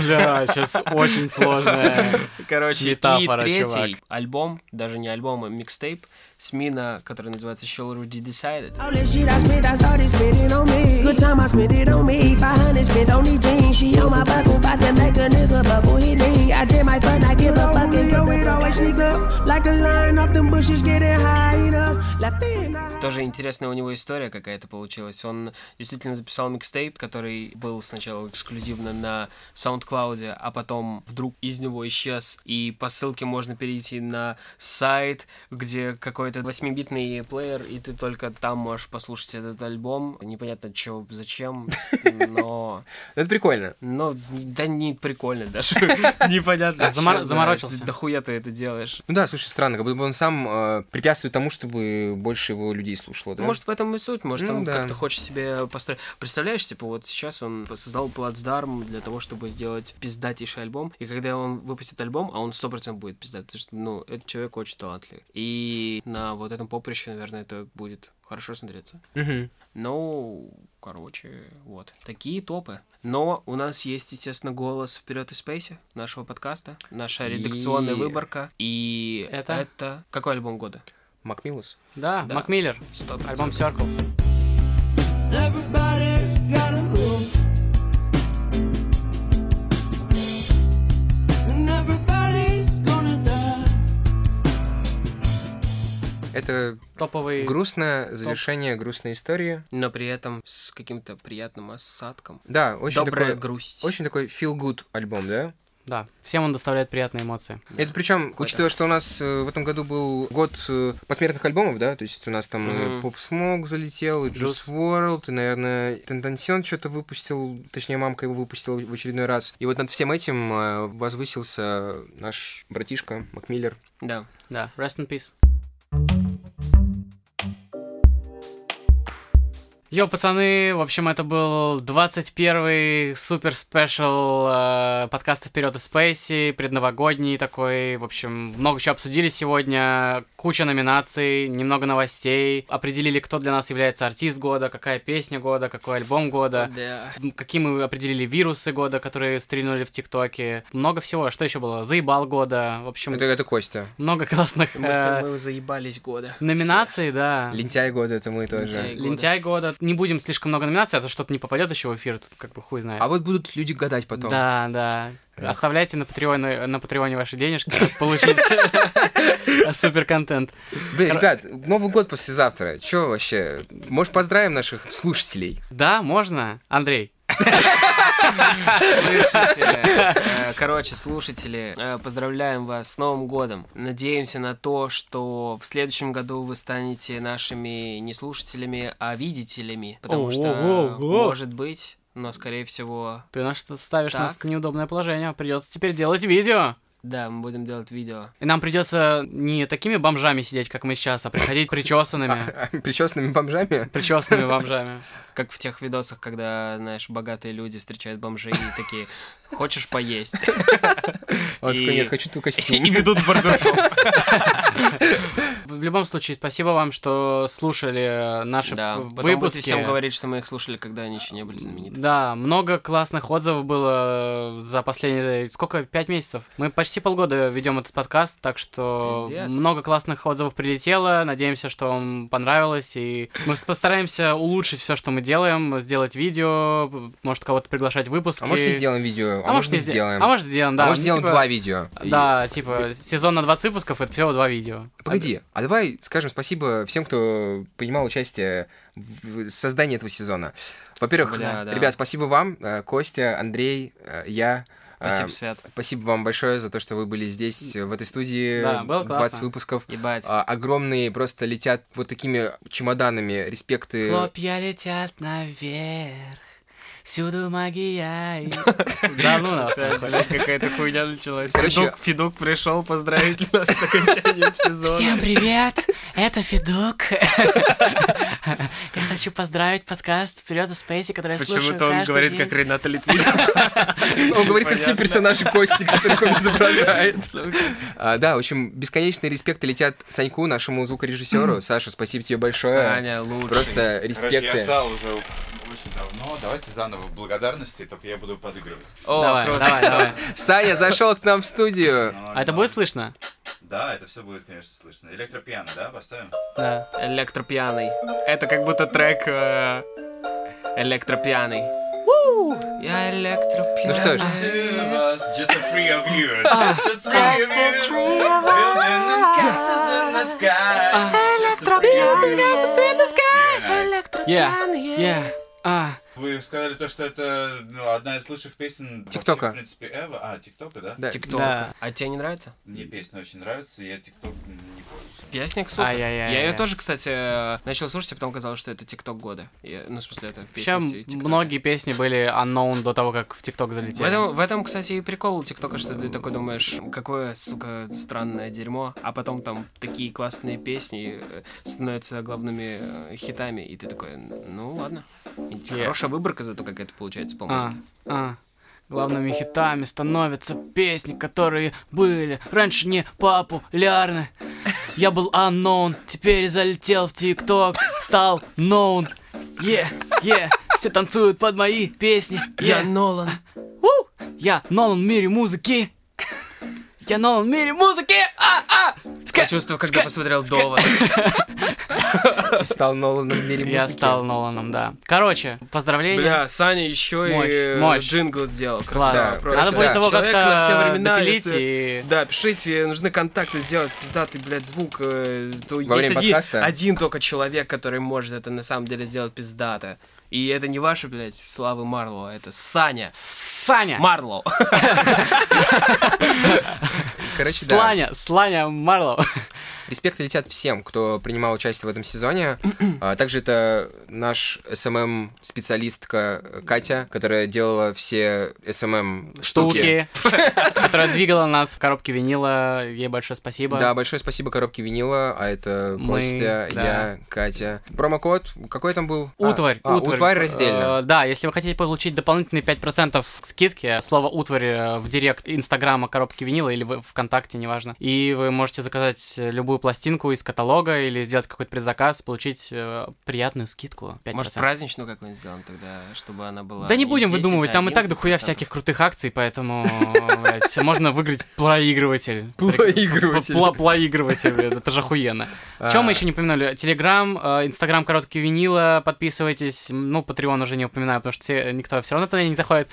S2: Бля, щас очень сложная
S3: Короче, и
S2: метафора,
S3: третий
S2: чувак.
S3: альбом, даже не альбом, а микстейп Смина, который называется Shall Rudy Decided.
S6: All this shit I spent, I started spending on me. Good time I spent it on me. 500 spent on these jeans. She on my buckle, bout to make a nigga buckle his knee. I did my fun, I give a fuck and go it always sneak up. Like a lion off them bushes, getting high up. Left in, I
S3: Тоже интересная у него история какая-то получилась. Он действительно записал микстейп, который был сначала эксклюзивно на SoundCloud, а потом вдруг из него исчез. И по ссылке можно перейти на сайт, где какой-то 8-битный плеер, и ты только там можешь послушать этот альбом. Непонятно, чё, зачем, но...
S1: Это прикольно.
S3: Ну, да не прикольно даже. Непонятно. чё,
S2: Замор-
S3: да,
S2: заморочился.
S3: Да хуя ты это делаешь.
S1: Ну да, слушай, странно, как будто бы он сам э, препятствует тому, чтобы больше его людей слушало, да?
S3: Может, в этом и суть, может,
S1: Ну
S3: он
S1: да.
S3: как-то хочет себе построить. Представляешь, типа, вот сейчас он создал плацдарм для того, чтобы сделать пиздатейший альбом, и когда он выпустит альбом, а он 100% будет пиздать, потому что, ну, этот человек очень талантливый. И на вот этом поприще, наверное, это будет хорошо смотреться.
S1: Мгм.
S3: Ну, короче, вот. Такие топы. Но у нас есть, естественно, голос вперед из спейси нашего подкаста, наша редакционная
S2: И-
S3: выборка. И
S2: Это?
S3: это... Какой альбом года?
S1: Макмиллус.
S2: Да,
S3: Да.
S2: Макмиллер. Альбом Circles.
S6: Everybody's got a roof. And everybody's gonna die.
S1: Это
S2: Топовый...
S1: грустное завершение грустной истории.
S3: Но при этом с каким-то приятным осадком.
S1: Да, очень
S3: Добрая
S1: такой...
S3: грусть.
S1: Очень такой feel-good альбом, да?
S2: Да, всем он доставляет приятные эмоции.
S1: Это причем, учитывая, что у нас э, в этом году был год э, посмертных альбомов, да, то есть у нас там
S2: Мгм.
S1: Поп Смог залетел, и Juice
S2: Juice.
S1: World, и, наверное, Тендансион что-то выпустил, точнее, мамка его выпустила в очередной раз. И вот над всем этим э, возвысился наш братишка Макмиллер.
S3: Да.
S2: Да, rest in peace. Йо, пацаны, в общем, это был 21-й супер спешл э, подкаста Вперед и Спейси, предновогодний такой. В общем, много чего обсудили сегодня, куча номинаций, немного новостей. Определили, кто для нас является артист года, какая песня года, какой альбом года.
S3: Да.
S2: М, Какие мы определили вирусы года, которые стрельнули в ТикТоке. Много всего. Что еще было? Заебал года. В общем,
S1: Это, это Костя.
S2: много классных
S3: Мы,
S2: э,
S3: с- мы заебались года. Э,
S2: номинаций, да.
S1: Лентяй года это мы тоже.
S2: Лентяй года. Не будем слишком много номинаций, а то что-то не попадет еще в эфир, тут как бы хуй знает.
S1: А вот будут люди гадать потом.
S2: Да, да.
S1: Эх.
S2: Оставляйте на Патреоне, на Патреоне ваши денежки, чтобы получить супер контент.
S1: Блин, ребят, Новый год послезавтра. Че вообще? Может, поздравим наших слушателей?
S2: Да, можно? Андрей.
S3: Слышите? Э, Короче, слушатели, э, поздравляем вас с Новым годом. Надеемся на то, что в следующем году вы станете нашими не слушателями, а видителями. Потому что,
S2: О-о-о-о.
S3: может быть, но, скорее всего,
S2: Ты нас что-то ставишь
S3: Так.
S2: нас в неудобное положение. Придется теперь делать видео.
S3: да, мы будем делать видео.
S2: И нам придется не такими бомжами сидеть, как мы сейчас, а приходить причесанными.
S1: Причесными бомжами?
S2: Причесанными бомжами.
S3: Как в тех видосах, когда, знаешь, богатые люди встречают бомжей и такие, хочешь поесть?
S1: Он такой,
S3: И-
S1: «Нет, хочу только костюм».
S3: И ведут в барбершоп.
S2: В любом случае, спасибо вам, что слушали э, наши
S3: Да,
S2: п-
S3: потом будете
S2: выпуски.
S3: всем говорить, что мы их слушали, когда они еще не были знамениты.
S2: Да, много классных отзывов было э, за последние, сколько, пять месяцев? Мы почти полгода ведем этот подкаст, так что
S3: Пиздец.
S2: много классных отзывов прилетело, надеемся, что вам понравилось, и мы постараемся улучшить все, что мы делаем, сделать видео, может, кого-то приглашать в выпуски.
S1: А может, не сделаем видео, а,
S2: А
S1: может,
S2: может,
S1: не
S2: и сде-
S1: сделаем.
S2: а может, сделаем, да.
S1: А может,
S2: Ну,
S1: сделаем
S2: типа-
S1: два видео.
S2: Да, типа, сезон на 20 выпусков, это всего два видео.
S1: Погоди, а давай скажем спасибо всем, кто принимал участие в в создании этого сезона. Во-первых,
S3: Бля, да.
S1: ребят, спасибо вам, э, Костя, Андрей, э, я. э,
S3: Спасибо,
S1: А,
S3: Свят.
S1: Спасибо вам большое за то, что вы были здесь, э, в этой студии.
S3: Да, было
S1: 20
S3: классно.
S1: выпусков. А, огромные просто летят вот такими чемоданами. Респекты.
S2: Хлопья летят наверх. Всюду магия. и- Да ну нас,
S1: а,
S3: Да,
S2: нахуй.
S3: блядь, какая-то хуйня началась.
S2: Короче,
S3: Федук, Федук пришел поздравить нас с окончанием сезона.
S2: Всем привет, это Федук. Я хочу поздравить подкаст «Вперед в Спейсе», который я слушаю
S3: Почему-то он
S2: каждый
S3: говорит,
S2: день.
S3: как Рената Литвинова.
S1: Ну, Он говорит, как все
S3: Понятно.
S1: персонажи Кости, которых он изображает.
S3: Сука.
S1: А, Да, в общем, бесконечные респекты летят Саньку, нашему звукорежиссеру. Саша, спасибо тебе большое.
S3: Саня лучший.
S1: Просто
S11: Короче, я
S1: респекты.
S11: ждал уже очень давно. Давайте заново благодарности, только я буду подыгрывать.
S2: Давай, давай, давай.
S1: Саня зашел к нам в студию.
S2: А это будет слышно?
S11: Да, это все будет, конечно, слышно. Электропиано, да, поставим?
S2: Да.
S3: Электропьяный. Это как будто трек э, электропьяный. Я электропьяный.
S1: Ну что ж.
S11: Two of us, just the three of you.
S3: Ah.
S11: Just the three of you. Building the castles in the sky.
S2: А.
S11: Вы сказали то, что это ну, одна из лучших песен вообще,
S3: ТикТока.
S11: в принципе, Эва. А, ТикТока, да?
S3: Тикток. А тебе не нравится?
S11: Мне песня очень нравится, я ТикТок не пользуюсь.
S3: Песня супер.
S2: Ай-яй-яй.
S3: Я ее тоже, кстати, э, начал слушать, а потом казалось, что это ТикТок года. Я- ну, в смысле, это песня.
S2: Вообще,
S3: в ти-
S2: многие песни были unknown до того, как в ТикТок
S3: В
S2: залетели.
S3: этом, в этом, кстати, и прикол у ТикТока, что ты такой думаешь, какое, сука, странное дерьмо, а потом там такие классные песни э, становятся главными э, хитами, и ты такой, ну ладно. И Хорошая выборка зато какая-то получается по
S2: А,
S3: музыке.
S2: а. Главными хитами становятся песни, которые были раньше не популярны. Я был unknown, теперь залетел в ТикТок, стал known. Е, е, все танцуют под мои песни. Я
S3: Нолан.
S2: Я Нолан в мире музыки. Я Нолан в мире музыки. А, а.
S3: Почувствовал, когда посмотрел Довод.
S1: Стал Ноланом в мире
S2: Я
S3: музыки.
S2: стал Ноланом, да. Короче, поздравления.
S3: Бля, Саня еще
S2: Мощь,
S3: и э,
S2: мощь.
S3: джингл сделал.
S2: Класс.
S3: Красава.
S2: Да,
S3: просто.
S2: Надо будет его
S3: Человек
S2: как-то
S3: на все времена,
S2: допилить
S3: если- Да, пишите, нужны контакты сделать, пиздатый, блядь, звук. э, То есть
S1: Во время
S3: один,
S1: подкаста?
S3: один только человек, который может это на самом деле сделать пиздато. И это не ваши, блядь, славы Марло, это Саня.
S2: Саня!
S3: Марло.
S1: Короче, да.
S2: Сланя, Сланя Марло.
S1: Респекты летят всем, кто принимал участие в этом сезоне. А также это наш СММ-специалистка Катя, которая делала все СММ-штуки.
S2: Штуки, которая двигала нас в коробке винила. Ей большое спасибо.
S1: Да, большое спасибо коробке винила, а это
S2: Мы,
S1: Костя,
S2: да.
S1: я, Катя. Промокод, какой там был? А,
S2: Утварь,
S1: а, утварь. раздельно.
S2: Э, да, если вы хотите получить дополнительные 5% скидки, слово утварь э, в директ Инстаграма коробки винила или в ВКонтакте, неважно. И вы можете заказать э, любую пластинку из каталога или сделать какой-то предзаказ, получить э, приятную скидку. 5%.
S3: Может, праздничную какую-нибудь сделаем тогда, чтобы она была.
S2: Да не
S3: не
S2: будем
S3: 10,
S2: выдумывать, там и так
S3: 11%.
S2: дохуя всяких крутых акций, поэтому блядь, можно выиграть проигрыватель.
S1: Проигрыватель.
S2: Пла- Проигрыватель, блядь, это же охуенно.
S1: А.
S2: Чем мы еще не упоминали? Телеграм, э, Инстаграм, короткий винила, подписывайтесь. Ну, Патреон уже не упоминаю, потому что все, никто все равно туда не заходит.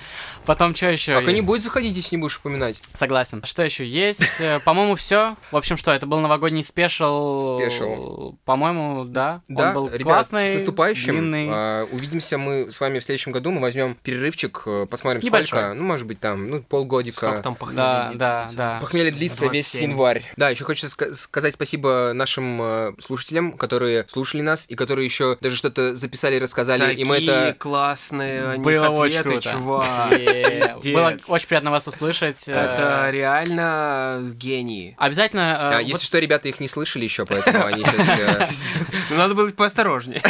S2: Потом что еще?
S1: Как они будут А заходить, если не будешь упоминать?
S2: Согласен. Что еще есть? Э, По-моему, все. В общем, что, это был новогодний спешл.
S1: Спешл.
S2: По-моему, да.
S1: да,
S2: Он был
S1: ребят,
S2: классный.
S1: с наступающим.
S2: длинный.
S1: А, увидимся мы с вами в следующем году. Мы возьмем перерывчик, э, посмотрим
S2: Небольшой.
S1: сколько. Ну, может быть, там, ну, полгодика.
S3: Сколько там похмелье
S2: Да, длится? да, да.
S1: Похмелье длится весь
S2: 27.
S1: январь. Да, еще хочу ска- сказать спасибо нашим э, слушателям, которые слушали нас и которые еще даже что-то записали, рассказали. и мы
S3: Такие
S1: это...
S3: классные они
S2: Было
S3: Э, ответы,
S2: очень круто.
S3: чувак.
S2: Е,
S3: Пиздец.
S2: Было очень приятно вас услышать. Э,
S3: Это реально гении.
S2: Обязательно... э,
S1: Да, если
S2: вот-
S1: что, ребята их не слышали еще, поэтому они сейчас... э,
S3: Ну, Надо было поосторожнее.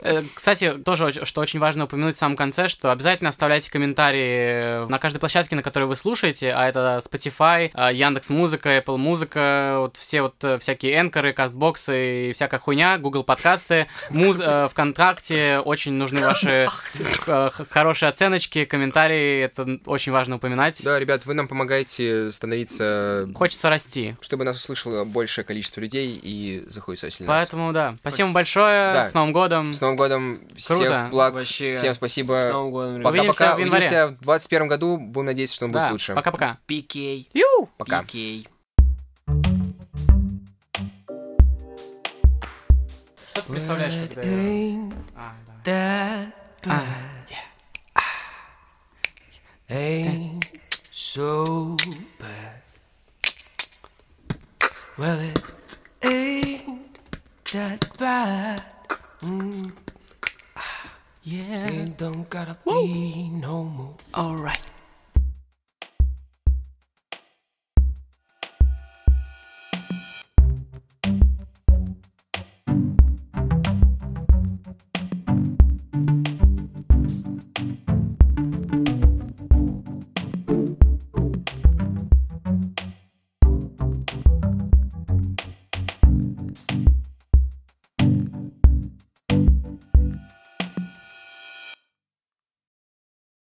S2: Э, Кстати, тоже, оч- что очень важно упомянуть в самом конце, что обязательно оставляйте комментарии э, на каждой площадке, на которой вы слушаете, а это Spotify, Яндекс Музыка, Apple Музыка, вот все вот э, всякие энкоры, кастбоксы и всякая хуйня, Google подкасты, муз, э, ВКонтакте, очень нужны ваши э, х- хорошие оценочки, комментарии, это очень важно упоминать.
S1: Да, ребят, вы нам помогаете становиться...
S2: Хочется расти.
S1: Чтобы нас услышало большее количество людей и захуесосили нас.
S2: Поэтому, да, спасибо вам большое,
S1: Да.
S2: с Новым годом.
S1: С Новым годом. Всех
S2: Круто.
S1: благ.
S3: Вообще.
S1: Всем спасибо.
S3: С Новым годом, ребят.
S1: Пока-пока.
S2: Увидимся в январе.
S1: Увидимся в 2021 году. Будем надеяться, что он будет
S2: Да,
S1: лучше.
S2: пока-пока.
S3: Пикей.
S2: Ю!
S1: Пока.
S3: Пикей.
S2: Что ты представляешь, когда... А, да.
S6: Ain't
S3: ain't that bad.
S2: э,
S3: Então, Mm. Yeah. It don't gotta be no more. Alright.